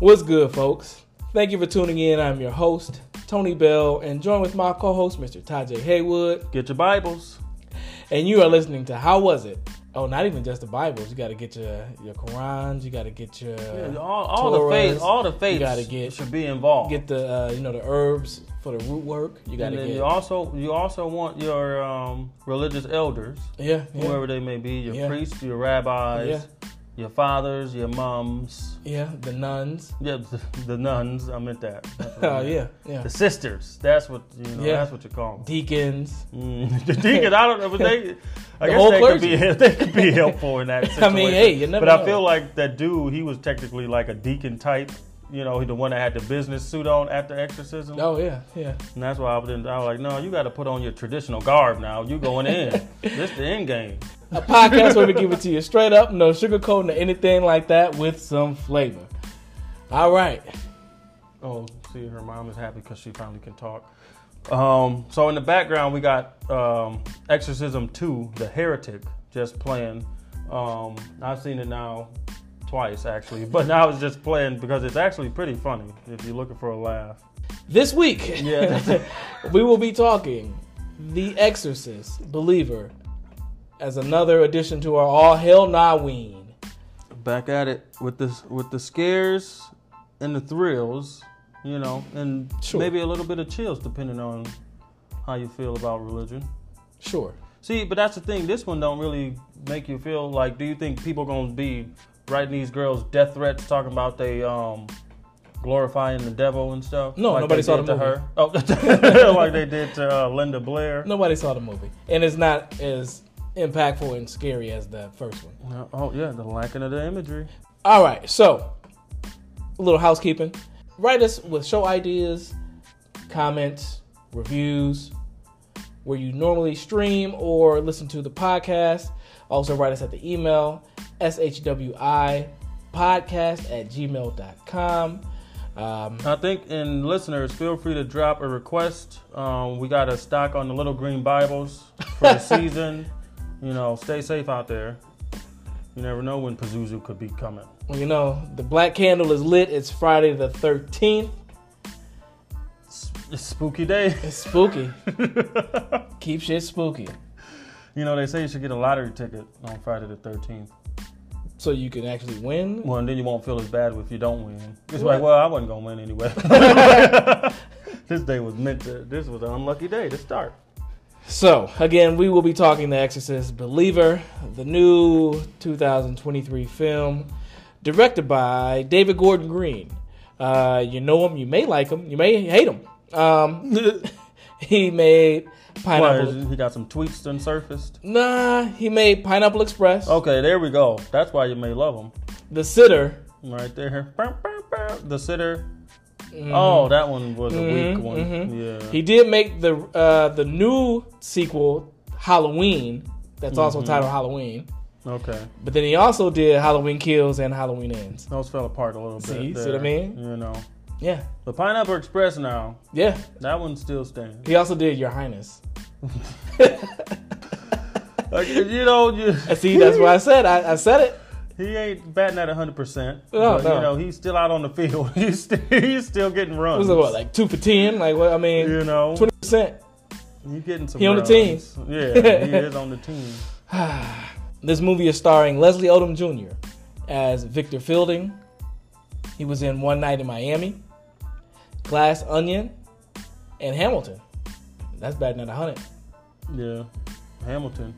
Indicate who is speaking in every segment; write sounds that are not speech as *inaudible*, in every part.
Speaker 1: What's good, folks? Thank you for tuning in. I'm your host, Tony Bell, and joined with my co host, Mr. Tajay Haywood.
Speaker 2: Get your Bibles.
Speaker 1: And you are listening to How Was It? Oh, not even just the Bibles. You got to get your your Qurans. You got to get your
Speaker 2: Yeah, all all the
Speaker 1: Torahs.
Speaker 2: faith, all the faith
Speaker 1: gotta get-
Speaker 2: should be involved.
Speaker 1: get the uh, you know the herbs for the root work. You got
Speaker 2: and
Speaker 1: to
Speaker 2: then
Speaker 1: get
Speaker 2: you also you also want your um, religious elders,
Speaker 1: yeah, yeah,
Speaker 2: whoever they may be, your
Speaker 1: Yeah.
Speaker 2: priests, your rabbis, your fathers, your moms,
Speaker 1: yeah, the nuns.
Speaker 2: yeah, *laughs* the, the nuns. I meant that. That's what
Speaker 1: *laughs*
Speaker 2: I
Speaker 1: Oh
Speaker 2: meant.
Speaker 1: yeah, yeah,
Speaker 2: The sisters. That's what you know.
Speaker 1: Yeah.
Speaker 2: That's what you call them.
Speaker 1: deacons.
Speaker 2: Mm, *laughs* the deacon. I don't know,
Speaker 1: *laughs*
Speaker 2: but they. I
Speaker 1: The
Speaker 2: guess
Speaker 1: whole
Speaker 2: they
Speaker 1: clergy.
Speaker 2: could be *laughs* they could be helpful in that
Speaker 1: *laughs*
Speaker 2: situation.
Speaker 1: I mean, hey, you never
Speaker 2: But I
Speaker 1: know.
Speaker 2: feel like that dude, he was technically like a deacon type. You know, he the one that had the business suit on after exorcism.
Speaker 1: Oh yeah, yeah.
Speaker 2: And that's why I was, in, I was like, no, you got to put on your traditional garb now. You
Speaker 1: *laughs*
Speaker 2: going in. this the end game.
Speaker 1: A podcast where we give it to you straight up, no sugarcoating or anything like that, with some flavor. All right.
Speaker 2: Oh, see, her mom is happy because she finally can talk. Um, so in the background, we got um, Exorcism 2, The Heretic, just playing. Um, I've seen it now twice, actually. *laughs* But now it's just playing because it's actually pretty funny if you're looking for a laugh.
Speaker 1: This week,
Speaker 2: Yeah.
Speaker 1: *laughs* we will be talking The Exorcist Believer as another addition to our All Hell Nah Ween.
Speaker 2: Back at it with the, with the scares and the thrills, you know, and
Speaker 1: Sure.
Speaker 2: maybe a little bit of chills depending on how you feel about religion.
Speaker 1: Sure.
Speaker 2: See, but that's the thing. This one don't really make you feel like. Do you think people gonna be writing these girls death threats, talking about they um glorifying the devil and stuff?
Speaker 1: No,
Speaker 2: like
Speaker 1: nobody
Speaker 2: they
Speaker 1: saw
Speaker 2: did
Speaker 1: the
Speaker 2: to her. Oh, *laughs* like they did to uh, Linda Blair.
Speaker 1: Nobody saw the movie, and it's not as impactful and scary as the first one.
Speaker 2: No. Oh yeah, the lacking of the imagery.
Speaker 1: All right, so a little housekeeping. Write us with show ideas, comments, reviews, where you normally stream or listen to the podcast. Also, write us at the email shwi podcast at gmail.com. Um,
Speaker 2: I think, and listeners, feel free to drop a request. Um, we got a stock on the little green Bibles
Speaker 1: *laughs*
Speaker 2: for the season. You know, stay safe out there. You never know when Pazuzu could be coming.
Speaker 1: you know, the black candle is lit. It's Friday the 13th.
Speaker 2: It's, it's spooky day. *laughs*
Speaker 1: It's spooky. Keep shit spooky.
Speaker 2: You know, they say you should get a lottery ticket on Friday the 13th.
Speaker 1: So you can actually win.
Speaker 2: Well, and then you won't feel as bad if you don't win. It's
Speaker 1: What?
Speaker 2: like, well, I wasn't going to
Speaker 1: *laughs*
Speaker 2: win anyway. this day was meant to, this was an unlucky day to start.
Speaker 1: So, again, we will be talking The Exorcist Believer, the new 2023 film, directed by David Gordon Green. Uh, you know him, you may like him, you may hate him.
Speaker 2: *laughs*
Speaker 1: Um, *laughs* he made
Speaker 2: Why,
Speaker 1: Pineapple.
Speaker 2: is- he got some tweets done surfaced.
Speaker 1: Nah, he made Pineapple Express,
Speaker 2: Okay, there we go. That's why you may love
Speaker 1: The Sitter.
Speaker 2: him. Right there. Bow, bow, bow. The sitter.
Speaker 1: Mhm.
Speaker 2: Oh, that one was a
Speaker 1: Mhm,
Speaker 2: weak one.
Speaker 1: mhm.
Speaker 2: Yeah.
Speaker 1: He did make the uh, the new sequel Halloween. That's also
Speaker 2: Mhm.
Speaker 1: titled Halloween.
Speaker 2: okay.
Speaker 1: But then he also did Halloween Kills and Halloween Ends.
Speaker 2: Those fell apart a little
Speaker 1: See,
Speaker 2: bit.
Speaker 1: see what I
Speaker 2: there,
Speaker 1: mean?
Speaker 2: You know.
Speaker 1: Yeah,
Speaker 2: The Pineapple Express now,
Speaker 1: yeah.
Speaker 2: that one still stands.
Speaker 1: He also did Your Highness.
Speaker 2: Like, you know, you,
Speaker 1: I See, that's what I said. I, I said it.
Speaker 2: he ain't batting at 100%.
Speaker 1: No,
Speaker 2: but,
Speaker 1: Oh, no.
Speaker 2: You know, he's still out on the field. *laughs* he's, still, he's still getting
Speaker 1: It
Speaker 2: runs.
Speaker 1: was what, like two for ten? Like what? I mean,
Speaker 2: you know,
Speaker 1: twenty percent.
Speaker 2: he's getting some
Speaker 1: He on the
Speaker 2: runs.
Speaker 1: team. *laughs*
Speaker 2: Yeah, he is on the team.
Speaker 1: This movie is starring Leslie Odom Jr. as Victor Fielding. He was in One Night in Miami, Glass Onion, and Hamilton. That's batting at hundred.
Speaker 2: Yeah. Hamilton.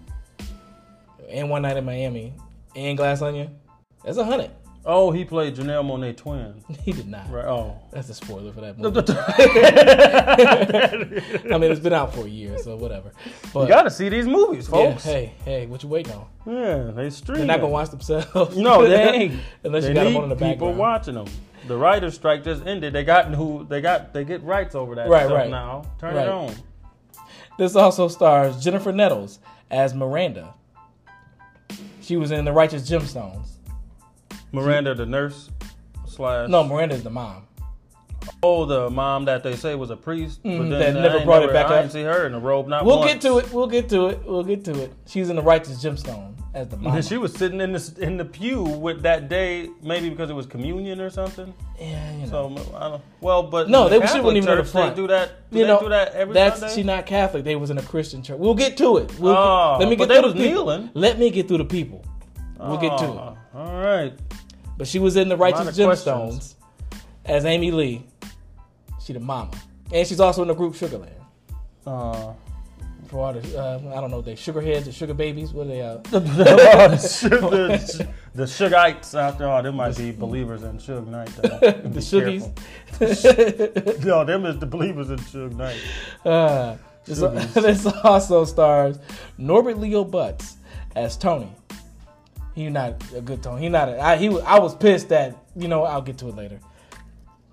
Speaker 1: And One Night in Miami, and Glass Onion. That's a hundred. *laughs*
Speaker 2: Oh, he played Janelle Monet twin.
Speaker 1: He did not.
Speaker 2: Right. Oh. *laughs*
Speaker 1: That's a spoiler for that movie. *laughs*
Speaker 2: you
Speaker 1: I mean, it's been out for a year, so whatever. But
Speaker 2: got to see these movies,
Speaker 1: yeah,
Speaker 2: folks. Yeah,
Speaker 1: hey, hey, what you waiting on?
Speaker 2: they
Speaker 1: They're
Speaker 2: stream.
Speaker 1: not gonna watch themselves.
Speaker 2: No, they ain't.
Speaker 1: *laughs* Unless
Speaker 2: they
Speaker 1: you got
Speaker 2: need
Speaker 1: them on in the
Speaker 2: people
Speaker 1: background.
Speaker 2: watching them. The writer's strike just ended. They got who they got. They get rights over that
Speaker 1: Right,
Speaker 2: stuff
Speaker 1: right.
Speaker 2: now. Turn
Speaker 1: Right.
Speaker 2: it on.
Speaker 1: This also stars Jennifer Nettles as Miranda. She was in The Righteous Gemstones.
Speaker 2: Miranda, the nurse slash.
Speaker 1: No, Miranda's the mom.
Speaker 2: Oh, the mom that they say was a priest,
Speaker 1: Mhm,
Speaker 2: but then
Speaker 1: that
Speaker 2: I
Speaker 1: never
Speaker 2: ain't
Speaker 1: brought it
Speaker 2: never-
Speaker 1: back
Speaker 2: I
Speaker 1: up.
Speaker 2: ain't see her in a robe. Not
Speaker 1: We'll
Speaker 2: once.
Speaker 1: get to it. We'll get to it. We'll get to it. She's in The Righteous Gemstone as the mama.
Speaker 2: And *laughs* she was sitting in the in the pew with that day, maybe because it was communion or something.
Speaker 1: yeah, you know.
Speaker 2: So I don't, well, but
Speaker 1: No,
Speaker 2: in
Speaker 1: they-
Speaker 2: the
Speaker 1: she
Speaker 2: Catholic
Speaker 1: wasn't even in the
Speaker 2: church,
Speaker 1: front.
Speaker 2: They do that. Do
Speaker 1: you
Speaker 2: they
Speaker 1: know,
Speaker 2: do that every
Speaker 1: that's
Speaker 2: Sunday.
Speaker 1: she not Catholic. They was in a Christian church. We'll get to it. We'll
Speaker 2: Oh,
Speaker 1: get, let me
Speaker 2: but
Speaker 1: get
Speaker 2: they
Speaker 1: through
Speaker 2: was
Speaker 1: the people.
Speaker 2: kneeling.
Speaker 1: Let me get through the people. We'll get to it.
Speaker 2: Ah, All right.
Speaker 1: But she was in the Righteous
Speaker 2: Lot of
Speaker 1: Gemstones
Speaker 2: questions.
Speaker 1: as Amy Lee. She the mama, and she's also in the group Sugarland. *laughs*
Speaker 2: Uh,
Speaker 1: For all the, uh, I don't know, they sugar heads or sugar babies. What are they? Uh,
Speaker 2: *laughs*
Speaker 1: *laughs*
Speaker 2: the, the, the Sugites, after all, they might be believers in Suge Knight. Though.
Speaker 1: *laughs* the
Speaker 2: Be
Speaker 1: sugies.
Speaker 2: careful. *laughs* No, them is the believers in Suge Knight.
Speaker 1: Uh, this,
Speaker 2: Sugies.
Speaker 1: *laughs* this also stars Norbert Leo Butts as Tony. He not a good Tony. He not. A, I, he. was- I was pissed that you know. I'll get to it later.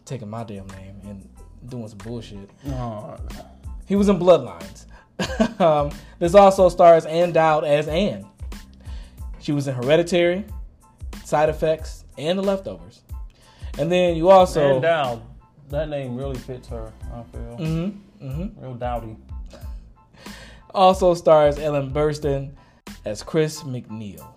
Speaker 1: Taking my damn name and doing some bullshit.
Speaker 2: Oh,
Speaker 1: He was in Bloodlines. *laughs* um, this also stars Ann Dowd as Ann. She was in Hereditary, Side Effects, and The Leftovers. And then you also
Speaker 2: and Dowd. That name really fits her, I feel.
Speaker 1: Mm-hmm, mm-hmm.
Speaker 2: Real dowdy.
Speaker 1: also stars Ellen Burstyn as Chris McNeil.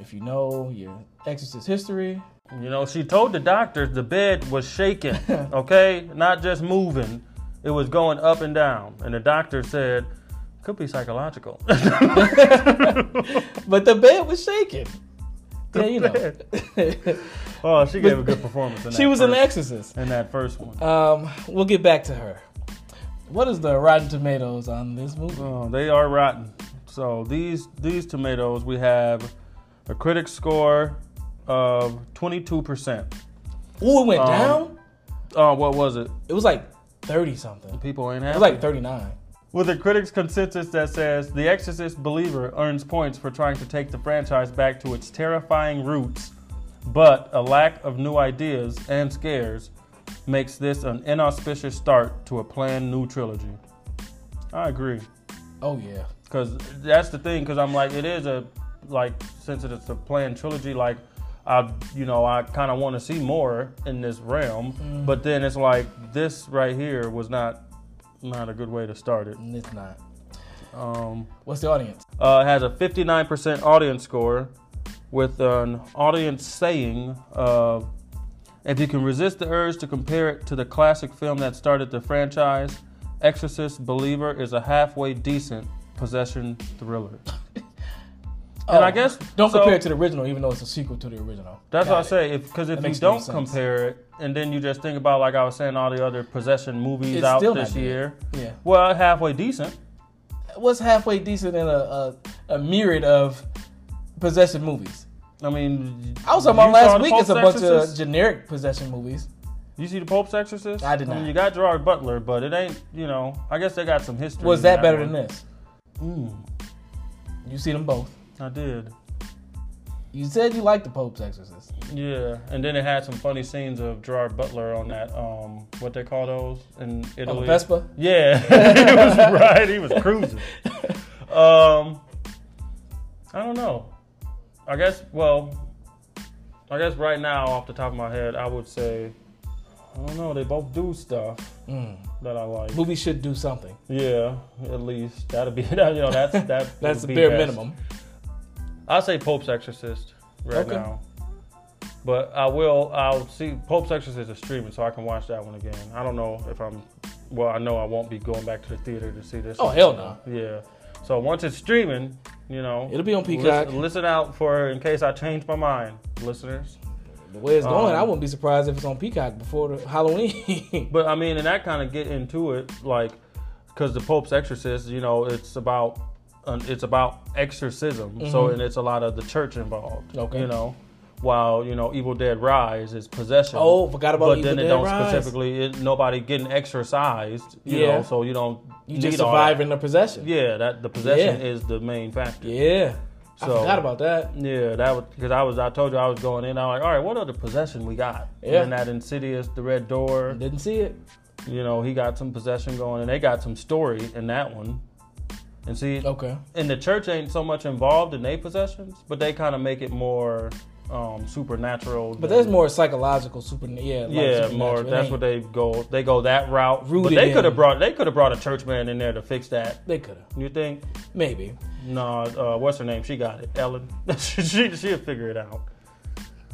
Speaker 1: If you know your Exorcist history,
Speaker 2: You know, she told the doctor the bed was shaking, okay? Not just moving, it was going up and down. And the doctor said, could be psychological.
Speaker 1: but the bed was shaking. Yeah, you know.
Speaker 2: *laughs* oh, she gave a good performance in
Speaker 1: *laughs*
Speaker 2: that
Speaker 1: she was an
Speaker 2: first,
Speaker 1: Exorcist.
Speaker 2: in that first one.
Speaker 1: Um, we'll get back to her. What is the Rotten Tomatoes on this movie?
Speaker 2: Oh, they are rotten. So these these tomatoes, we have a critic score of 22%.
Speaker 1: Ooh, it went
Speaker 2: Um,
Speaker 1: down.
Speaker 2: Oh, what was it?
Speaker 1: It was like thirty something. It
Speaker 2: People ain't happy.
Speaker 1: was like thirty nine.
Speaker 2: With a critics' consensus that says The Exorcist believer earns points for trying to take the franchise back to its terrifying roots, but a lack of new ideas and scares makes this an inauspicious start to a planned new trilogy. I agree.
Speaker 1: Oh yeah.
Speaker 2: Cause that's the thing. Cause I'm like, it is a like since it's a planned trilogy. Like, I you know I kind of want to see more in this realm. But then it's like this right here was not not a good way to start it.
Speaker 1: And It's not.
Speaker 2: Um,
Speaker 1: What's the audience?
Speaker 2: uh, it has a 59% audience score with an audience saying, uh, if you can resist the urge to compare it to the classic film that started the franchise, Exorcist Believer is a halfway decent possession thriller.
Speaker 1: Oh,
Speaker 2: and I guess
Speaker 1: don't
Speaker 2: so-
Speaker 1: compare it to the original, even though it's a sequel to the original.
Speaker 2: That's
Speaker 1: Got
Speaker 2: what I
Speaker 1: it.
Speaker 2: say. Because if,
Speaker 1: That
Speaker 2: you
Speaker 1: makes more
Speaker 2: don't
Speaker 1: sense.
Speaker 2: compare it, and then you just think about like I was saying, all the other possession movies
Speaker 1: It's
Speaker 2: out
Speaker 1: still
Speaker 2: this
Speaker 1: not good.
Speaker 2: year.
Speaker 1: Yeah.
Speaker 2: Well, halfway decent.
Speaker 1: What's halfway decent in a, a, a myriad of possession movies?
Speaker 2: I mean,
Speaker 1: I was talking
Speaker 2: you
Speaker 1: about
Speaker 2: saw
Speaker 1: last
Speaker 2: the
Speaker 1: week. It's a
Speaker 2: Pope's
Speaker 1: bunch
Speaker 2: Exorcist?
Speaker 1: of generic possession movies.
Speaker 2: You see the Pope's Exorcist?
Speaker 1: I did
Speaker 2: mean,
Speaker 1: not.
Speaker 2: you got Gerard Butler, but it ain't. You know, I guess they got some history.
Speaker 1: Was
Speaker 2: in
Speaker 1: that better
Speaker 2: one.
Speaker 1: than this?
Speaker 2: Mm,
Speaker 1: You see them both.
Speaker 2: I did.
Speaker 1: You said you liked the Pope's Exorcist.
Speaker 2: Yeah, and then it had some funny scenes of Gerard Butler on that. Um, what they call those in
Speaker 1: On the
Speaker 2: Italy?
Speaker 1: Vespa?
Speaker 2: Yeah, *laughs* he was
Speaker 1: *laughs*
Speaker 2: right. He was cruising. Um, I don't know. I guess. Well, I guess right now, off the top of my head, I would say, I don't know. They both do stuff
Speaker 1: Mm.
Speaker 2: that I like.
Speaker 1: Movies should do something.
Speaker 2: Yeah, at least that'd be *laughs* that. You know, that's that.
Speaker 1: That's
Speaker 2: would
Speaker 1: the
Speaker 2: be
Speaker 1: bare
Speaker 2: best.
Speaker 1: minimum.
Speaker 2: I say Pope's Exorcist right
Speaker 1: Okay.
Speaker 2: now, but I will. I'll see Pope's Exorcist is streaming, so I can watch that one again. I don't know if I'm. Well, I know I won't be going back to the theater to see this.
Speaker 1: Oh, hell no.
Speaker 2: Yeah. So once it's streaming, you know,
Speaker 1: It'll be on
Speaker 2: lis-
Speaker 1: Peacock.
Speaker 2: Listen, out for in case I change my mind, listeners.
Speaker 1: The way it's
Speaker 2: Um,
Speaker 1: going, I wouldn't be surprised if it's on Peacock before the Halloween. *laughs*
Speaker 2: But I mean, and that kind of get into it, like, because the Pope's Exorcist, you know, it's about um, it's about exorcism, so and it's a lot of the church involved.
Speaker 1: Mm-hmm. Okay.
Speaker 2: You know, while you know Evil Dead Rise is possession.
Speaker 1: Oh, forgot about
Speaker 2: but
Speaker 1: Evil
Speaker 2: then
Speaker 1: Dead
Speaker 2: it don't
Speaker 1: Rise.
Speaker 2: specifically it, nobody getting exorcised. You
Speaker 1: Yeah.
Speaker 2: know, so you don't
Speaker 1: you just
Speaker 2: need all that.
Speaker 1: survive in the possession. Yeah.
Speaker 2: Yeah, that the possession
Speaker 1: Yeah.
Speaker 2: is the main factor.
Speaker 1: I
Speaker 2: So-
Speaker 1: forgot about that.
Speaker 2: Yeah, that was because I was I told you I was going in. I'm like, all right, what other possession we got?
Speaker 1: Yeah.
Speaker 2: And then that insidious, the red door.
Speaker 1: Didn't see it.
Speaker 2: You know, he got some possession going, and they got some story in that one. And see,
Speaker 1: Okay.
Speaker 2: and the church ain't so much involved in their possessions, but they kind of make it more um, supernatural.
Speaker 1: But
Speaker 2: than-
Speaker 1: that's more psychological super. Yeah, like
Speaker 2: yeah,
Speaker 1: supernatural.
Speaker 2: more.
Speaker 1: It
Speaker 2: That's
Speaker 1: ain't-
Speaker 2: what they go. They go that route. But
Speaker 1: Rooted
Speaker 2: they could
Speaker 1: in-
Speaker 2: have brought. They could have brought a church man in there to fix that.
Speaker 1: they could have.
Speaker 2: You think?
Speaker 1: Maybe.
Speaker 2: No. Uh, what's her name? She got it. Ellen. *laughs* she she'll figure it out.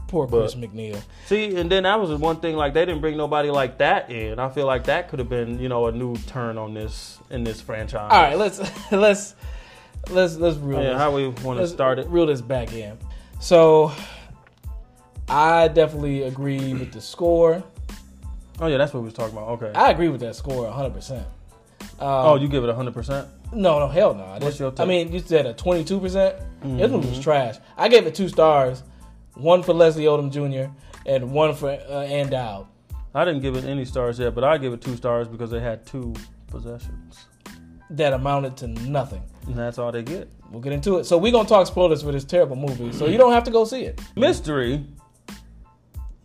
Speaker 1: Poor
Speaker 2: But-
Speaker 1: Chris McNeil.
Speaker 2: See, and then that was the one thing. Like they didn't bring nobody like that in. I feel like that could have been you know a new turn on this in this franchise.
Speaker 1: All right, let's *laughs* let's let's let's reel
Speaker 2: Yeah,
Speaker 1: this.
Speaker 2: how we want to
Speaker 1: let's
Speaker 2: start it.
Speaker 1: Reel this back in. So, I definitely agree with the score.
Speaker 2: Oh yeah, that's what we was talking about. Okay.
Speaker 1: I agree with that score 100. percent Um,
Speaker 2: oh, you give it hundred percent.
Speaker 1: No, no, hell no.
Speaker 2: What's your
Speaker 1: I
Speaker 2: take? Mm-hmm.
Speaker 1: mean, you said a 22%. This one was trash. I gave it two stars, one for Leslie Odom Jr. and one for uh, Ann Dowd.
Speaker 2: I didn't give it any stars yet, but I give it two stars because they had two possessions,
Speaker 1: That amounted to nothing.
Speaker 2: and that's all they get.
Speaker 1: We'll get into it. So we're gonna talk spoilers for this terrible movie. So you don't have to go see it.
Speaker 2: Mystery.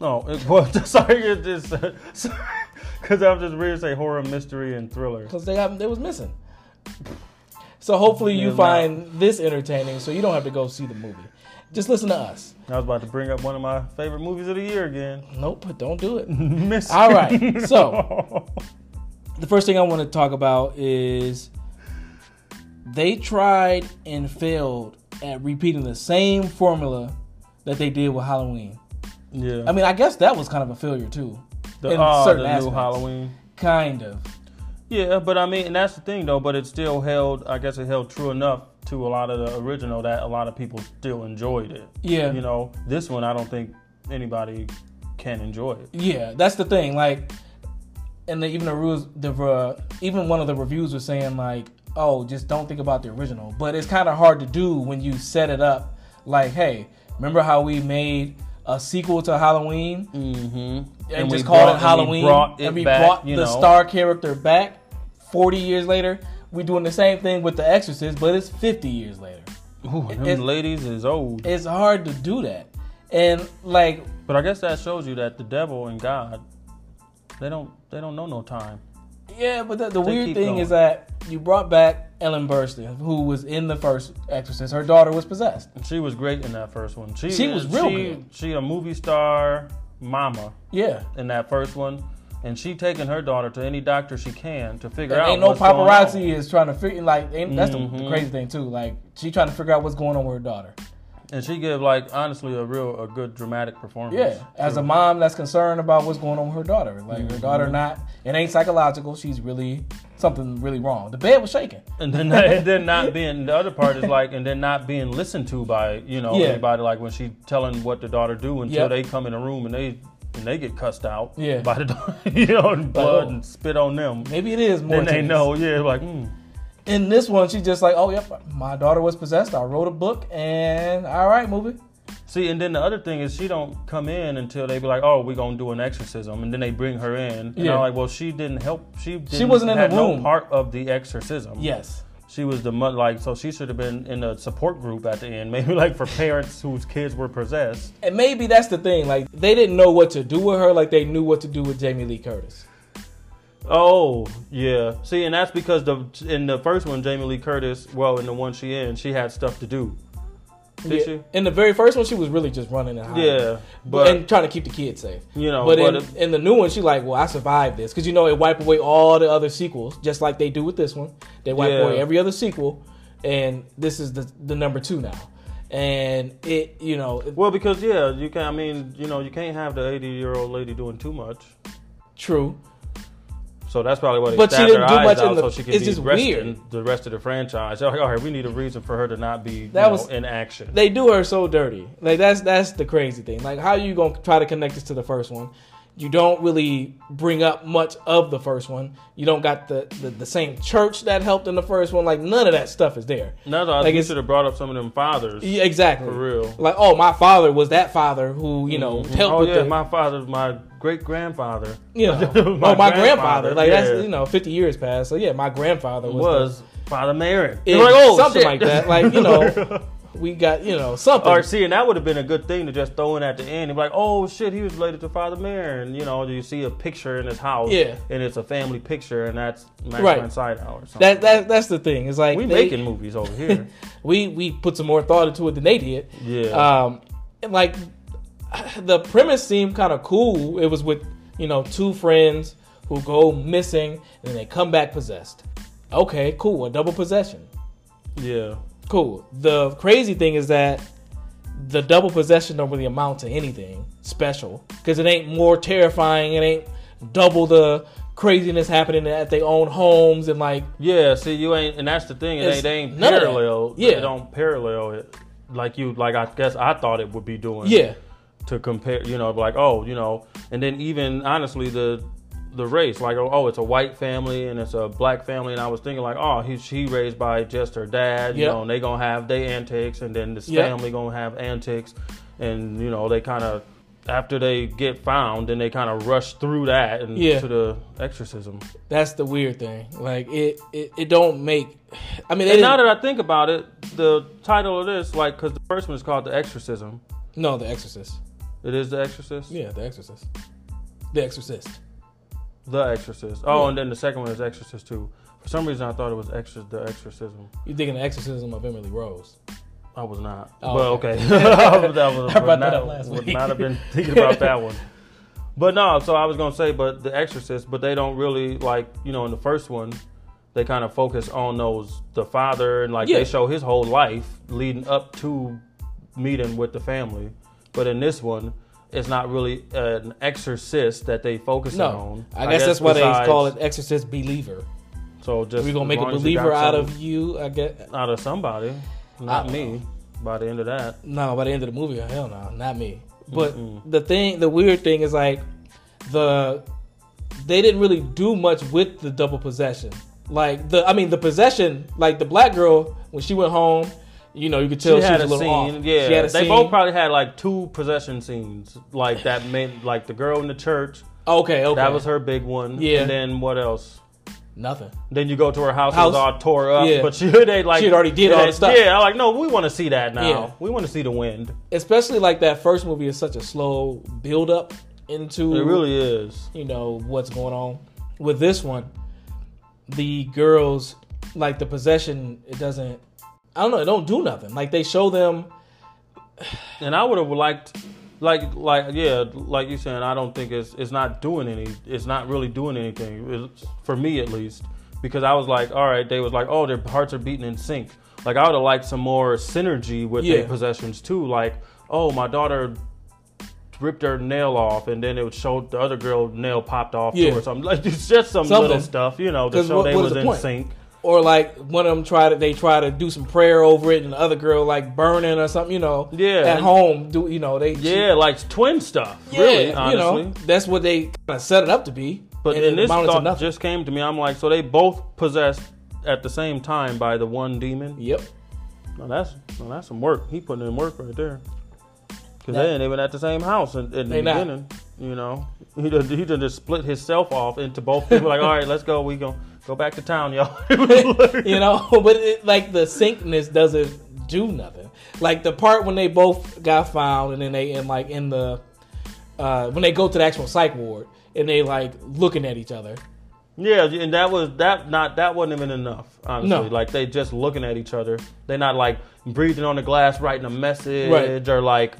Speaker 2: No, it *laughs* was sorry. It just *laughs* because I'm just weird. to Say horror, mystery, and thriller.
Speaker 1: because they got they was missing. So hopefully you
Speaker 2: Yeah, nah.
Speaker 1: find this entertaining, so you don't have to go see the movie. Just listen to us.
Speaker 2: I was about to bring up one of my favorite movies of the year again. *laughs*
Speaker 1: Nope, but don't do it.
Speaker 2: Mystery.
Speaker 1: All right. So the first thing I want to talk about is they tried and failed at repeating the same formula that they did with Halloween.
Speaker 2: *laughs* yeah,
Speaker 1: I mean, I guess that was kind of a failure too,
Speaker 2: the,
Speaker 1: in
Speaker 2: uh,
Speaker 1: certain
Speaker 2: the new
Speaker 1: aspects.
Speaker 2: Halloween.
Speaker 1: kind of.
Speaker 2: Yeah, but I mean, and that's the thing though. But it still held. I guess it held true enough to a lot of the original that a lot of people still enjoyed it.
Speaker 1: Yeah.
Speaker 2: You know, this one I don't think anybody can enjoy it.
Speaker 1: Yeah, that's the thing. Like, and the, even the rules, the uh, even one of the reviews was saying like, "Oh, just don't think about the original." But it's kind of hard to do when you set it up like, "Hey, remember how we made a sequel to Halloween
Speaker 2: Mm-hmm. And,
Speaker 1: and,
Speaker 2: we
Speaker 1: just called
Speaker 2: brought-
Speaker 1: it Halloween,
Speaker 2: And we brought, it
Speaker 1: and we
Speaker 2: back,
Speaker 1: brought
Speaker 2: you
Speaker 1: the
Speaker 2: know.
Speaker 1: star character back forty years later." We're doing the same thing with The Exorcist, but it's fifty years later.
Speaker 2: Ooh, them
Speaker 1: It-
Speaker 2: ladies is old.
Speaker 1: It's hard to do that, and like
Speaker 2: But I guess that shows you that the devil and God, they don't they don't know no time.
Speaker 1: Yeah, but the, the
Speaker 2: They
Speaker 1: weird
Speaker 2: keep
Speaker 1: thing
Speaker 2: going.
Speaker 1: is that you brought back Ellen Burstyn, who was in the first Exorcist. Her daughter was possessed.
Speaker 2: And she was great in that first one. She,
Speaker 1: She was real
Speaker 2: she,
Speaker 1: good.
Speaker 2: She a movie star mama
Speaker 1: Yeah,
Speaker 2: in that first one, and she taking her daughter to any doctor she can to figure
Speaker 1: and
Speaker 2: out.
Speaker 1: ain't no
Speaker 2: what's going on.
Speaker 1: paparazzi is trying to figure like ain't, that's the, the
Speaker 2: Mhm.
Speaker 1: crazy thing too. Like she trying to figure out what's going on with her daughter.
Speaker 2: And she gave like honestly a real a good dramatic performance.
Speaker 1: Yeah, as a mom that's concerned about what's going on with her daughter. Like
Speaker 2: Mm-hmm.
Speaker 1: her daughter not it ain't psychological. She's really something really wrong. The bed was shaking.
Speaker 2: And then, and then not being the other part is like, and then not being listened to by you know
Speaker 1: Yeah.
Speaker 2: anybody. Like when she telling what the daughter do until
Speaker 1: Yep.
Speaker 2: they come in the room and they and they get cussed out.
Speaker 1: Yeah.
Speaker 2: By the *laughs* daughter, you know, and blood and spit on them.
Speaker 1: Maybe it is more.
Speaker 2: Then
Speaker 1: to
Speaker 2: they
Speaker 1: this.
Speaker 2: know, yeah, like mm,
Speaker 1: In this one, she's just like, oh yep, my daughter was possessed. I wrote a book, and all right, movie.
Speaker 2: see. And then the other thing is she don't come in until they be like, oh, we gonna do an exorcism, and then they bring her in. And
Speaker 1: Yeah.
Speaker 2: I'm like, well, she didn't help. She didn't
Speaker 1: wasn't in the
Speaker 2: had no
Speaker 1: room.
Speaker 2: part of the exorcism.
Speaker 1: Yes.
Speaker 2: She was the mo- like, so she should have been in a support group at the end, *laughs* maybe like for parents whose kids were possessed.
Speaker 1: And maybe that's the thing. Like they didn't know what to do with her, like they knew what to do with Jamie Lee Curtis.
Speaker 2: Oh yeah, see, and that's because the in the first one, Jamie Lee Curtis, well, in the one she in, she had stuff to do. Did
Speaker 1: Yeah.
Speaker 2: she?
Speaker 1: In the very first one, she was really just running and hiding.
Speaker 2: Yeah, but
Speaker 1: and trying to keep the kids safe.
Speaker 2: you know,
Speaker 1: but
Speaker 2: but
Speaker 1: in,
Speaker 2: if-
Speaker 1: in the new one, she like, well, I survived this because you know it wiped away all the other sequels, just like they do with this one. They wipe
Speaker 2: Yeah.
Speaker 1: away every other sequel, and this is the the number two now. And it, you know, it-
Speaker 2: well, because yeah, you can. I mean, you know, you can't have the eighty-year-old lady doing too much.
Speaker 1: true.
Speaker 2: So that's probably what.
Speaker 1: But she
Speaker 2: stabbed her
Speaker 1: didn't do
Speaker 2: eyes
Speaker 1: much in
Speaker 2: out
Speaker 1: the-
Speaker 2: so she could
Speaker 1: it's
Speaker 2: be
Speaker 1: just
Speaker 2: dressed
Speaker 1: weird.
Speaker 2: in the rest of the franchise. They're like, all right, we need a reason for her to not be you
Speaker 1: That
Speaker 2: know,
Speaker 1: was-
Speaker 2: in action.
Speaker 1: They do her so dirty. Like that's that's the crazy thing. Like how you gonna try to connect this to the first one? You don't really bring up much of the first one. You don't got the the, the same church that helped in the first one. Like none of that stuff is there.
Speaker 2: Another, I
Speaker 1: Like,
Speaker 2: think you
Speaker 1: it's-
Speaker 2: should have brought up some of them fathers.
Speaker 1: Yeah, exactly.
Speaker 2: For real.
Speaker 1: Like oh, my father was that father who you know helped
Speaker 2: Oh
Speaker 1: with
Speaker 2: yeah,
Speaker 1: the
Speaker 2: my father, my great grandfather
Speaker 1: you know
Speaker 2: *laughs* My
Speaker 1: oh my grandfather.
Speaker 2: grandfather,
Speaker 1: Like
Speaker 2: yeah.
Speaker 1: that's you know fifty years past. So yeah, my grandfather was, the-
Speaker 2: was Father Mary.
Speaker 1: Yeah,
Speaker 2: You're like, oh,
Speaker 1: something
Speaker 2: shit.
Speaker 1: like that. Like you know. We got you know something.
Speaker 2: *laughs* Or see, and that would have been a good thing to just throw in at the end. You'd be like, oh shit, he was related to Father Mary, and you know, you see a picture in his house,
Speaker 1: Yeah.
Speaker 2: and it's a family picture, and that's Max
Speaker 1: Right.
Speaker 2: von Sydow or something.
Speaker 1: that that that's the thing. It's like
Speaker 2: we
Speaker 1: they-
Speaker 2: making
Speaker 1: *laughs*
Speaker 2: movies over here.
Speaker 1: we we put some more thought into it than they did.
Speaker 2: yeah,
Speaker 1: Um, and like the premise seemed kind of cool. It was with, you know, two friends who go missing and then they come back possessed. Okay, cool. A double possession.
Speaker 2: Yeah.
Speaker 1: Cool. The crazy thing is that the double possession don't really amount to anything special because it ain't more terrifying. It ain't double the craziness happening at their own homes and like
Speaker 2: Yeah, see, you ain't, and that's the thing. It
Speaker 1: It's
Speaker 2: ain't, they ain't
Speaker 1: none of that.
Speaker 2: parallel.
Speaker 1: Yeah.
Speaker 2: They don't parallel it like you, like I guess I thought it would be doing.
Speaker 1: yeah,
Speaker 2: To compare, you know, like, oh, you know, and then even honestly, the the race, like, oh, it's a white family and it's a black family, and I was thinking like, oh, he, she raised by just her dad, you
Speaker 1: Yep.
Speaker 2: know, and they gonna have their antics, and then this
Speaker 1: Yep.
Speaker 2: family gonna have antics, and you know, they kind of after they get found, then they kind of rush through that and
Speaker 1: Yeah.
Speaker 2: to the exorcism.
Speaker 1: that's the weird thing. Like it, it, it don't make. I mean, they
Speaker 2: And now
Speaker 1: didn't,
Speaker 2: that I think about it, the title of this, like, because the first one is called The Exorcism.
Speaker 1: no, The Exorcist.
Speaker 2: It is The Exorcist?
Speaker 1: Yeah, The Exorcist. The Exorcist.
Speaker 2: The Exorcist. Oh,
Speaker 1: Yeah.
Speaker 2: and then the second one is Exorcist 2. For some reason, I thought it was exor- The Exorcism.
Speaker 1: You're thinking The Exorcism of Emily Rose.
Speaker 2: I was not.
Speaker 1: Oh,
Speaker 2: but
Speaker 1: okay.
Speaker 2: okay.
Speaker 1: *laughs*
Speaker 2: that was,
Speaker 1: I brought
Speaker 2: would
Speaker 1: that
Speaker 2: not,
Speaker 1: up last
Speaker 2: would
Speaker 1: week.
Speaker 2: not
Speaker 1: *laughs*
Speaker 2: have been thinking about that one. But no, so I was going to say, but The Exorcist, but they don't really, like, you know, in the first one, they kind of focus on those, the father, and like
Speaker 1: Yeah.
Speaker 2: they show his whole life leading up to meeting with the family. But in this one, it's not really an exorcist that they focus
Speaker 1: No,
Speaker 2: on.
Speaker 1: I, guess, that's why they
Speaker 2: besides-
Speaker 1: call it Exorcist Believer.
Speaker 2: So just
Speaker 1: We're gonna
Speaker 2: as
Speaker 1: make a
Speaker 2: long as you got
Speaker 1: believer out
Speaker 2: some-
Speaker 1: of you. I guess
Speaker 2: out of somebody, not
Speaker 1: I-
Speaker 2: me. By the end of that,
Speaker 1: no. By the end of the movie, hell no, not me. But
Speaker 2: Mm-mm.
Speaker 1: the thing, the weird thing is like the they didn't really do much with the double possession. Like the, I mean, the possession. Like the black girl when she went home, you know, you could tell she, was a little
Speaker 2: scene.
Speaker 1: off.
Speaker 2: Yeah,
Speaker 1: she had a
Speaker 2: they
Speaker 1: scene.
Speaker 2: both probably had like two possession scenes, like that meant like the girl in the church.
Speaker 1: okay, okay,
Speaker 2: That was her big one.
Speaker 1: Yeah.
Speaker 2: and then what else?
Speaker 1: nothing.
Speaker 2: Then you go to her house,
Speaker 1: House.
Speaker 2: it was all tore up.
Speaker 1: Yeah.
Speaker 2: But she *laughs* they like
Speaker 1: She had already did all
Speaker 2: yeah,
Speaker 1: the stuff.
Speaker 2: Yeah, I'm like no, we want to see that now.
Speaker 1: Yeah.
Speaker 2: We want to see the wind.
Speaker 1: Especially like that first movie is such a slow build up into
Speaker 2: It really is.
Speaker 1: you know what's going on with this one the girls like the possession it doesn't i don't know it don't do nothing like they show them
Speaker 2: And I would have liked, like, like yeah, like you saying, I don't think it's it's not doing any, it's not really doing anything it's, for me at least, because I was like, all right, they was like, oh, their hearts are beating in sync. Like I would have liked some more synergy with
Speaker 1: Yeah.
Speaker 2: their possessions too. Like, oh, my daughter ripped her nail off, and then it would show the other girl nail popped off
Speaker 1: Yeah.
Speaker 2: too, or something. Like it's just some
Speaker 1: Something.
Speaker 2: little stuff, you know, to
Speaker 1: 'Cause
Speaker 2: show
Speaker 1: what-
Speaker 2: they
Speaker 1: what is
Speaker 2: was
Speaker 1: the
Speaker 2: in
Speaker 1: point?
Speaker 2: sync.
Speaker 1: or like one of them try to they try to do some prayer over it and the other girl like burning or something you know
Speaker 2: Yeah.
Speaker 1: at home do you know they
Speaker 2: Yeah, like twin stuff.
Speaker 1: she-
Speaker 2: really,
Speaker 1: yeah, you
Speaker 2: honestly.
Speaker 1: know that's what they kind of set it up to be
Speaker 2: But
Speaker 1: and
Speaker 2: then
Speaker 1: it
Speaker 2: this
Speaker 1: amounted to
Speaker 2: thought
Speaker 1: nothing
Speaker 2: just came to me. I'm like, so they both possessed at the same time by the one demon.
Speaker 1: yep
Speaker 2: No, that's no, that's some work. He putting in work right there. Cause
Speaker 1: That-
Speaker 2: they ain't even at the same house in, in the
Speaker 1: They not.
Speaker 2: beginning. You know, he done, he done just split himself off into both people. like, *laughs* all right, let's go. We gonna go back to town, y'all. *laughs*
Speaker 1: *laughs* you know but it, like the syncness doesn't do nothing like the part when they both got found and then they in like in the uh when they go to the actual psych ward and they like looking at each other
Speaker 2: Yeah, and that was that not that wasn't even enough. Honestly,
Speaker 1: No.
Speaker 2: like they just looking at each other. They not like breathing on the glass, writing a message,
Speaker 1: Right.
Speaker 2: or like,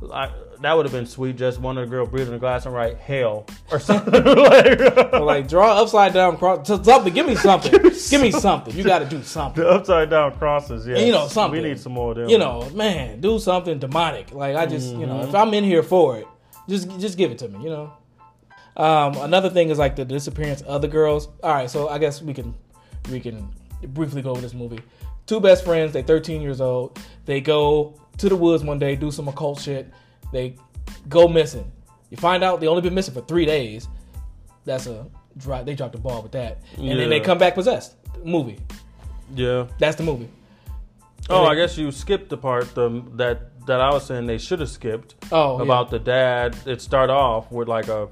Speaker 2: like that would have been sweet. Just one of the girl breathing on the glass and write hell or something. *laughs* like,
Speaker 1: Or, like draw upside down cross t- something give me something give me something you got to do something
Speaker 2: the upside down crosses. Yeah,
Speaker 1: you know something
Speaker 2: We need some more of them.
Speaker 1: you know man do something demonic like i just you know if
Speaker 2: Mm-hmm.
Speaker 1: i'm in here for it just just give it to me you know um another thing is like the disappearance of the girls all right so i guess we can we can briefly go over this movie two best friends they're 13 years old they go to the woods one day do some occult shit they go missing you find out they only been missing for three days that's a drop they dropped the ball with that and then they
Speaker 2: Yeah.
Speaker 1: come back possessed movie
Speaker 2: Yeah.
Speaker 1: that's the movie
Speaker 2: Oh,
Speaker 1: And
Speaker 2: I
Speaker 1: it-
Speaker 2: guess you skipped the part the, that that I was saying they should have skipped.
Speaker 1: oh yeah.
Speaker 2: about the dad. It start off with like a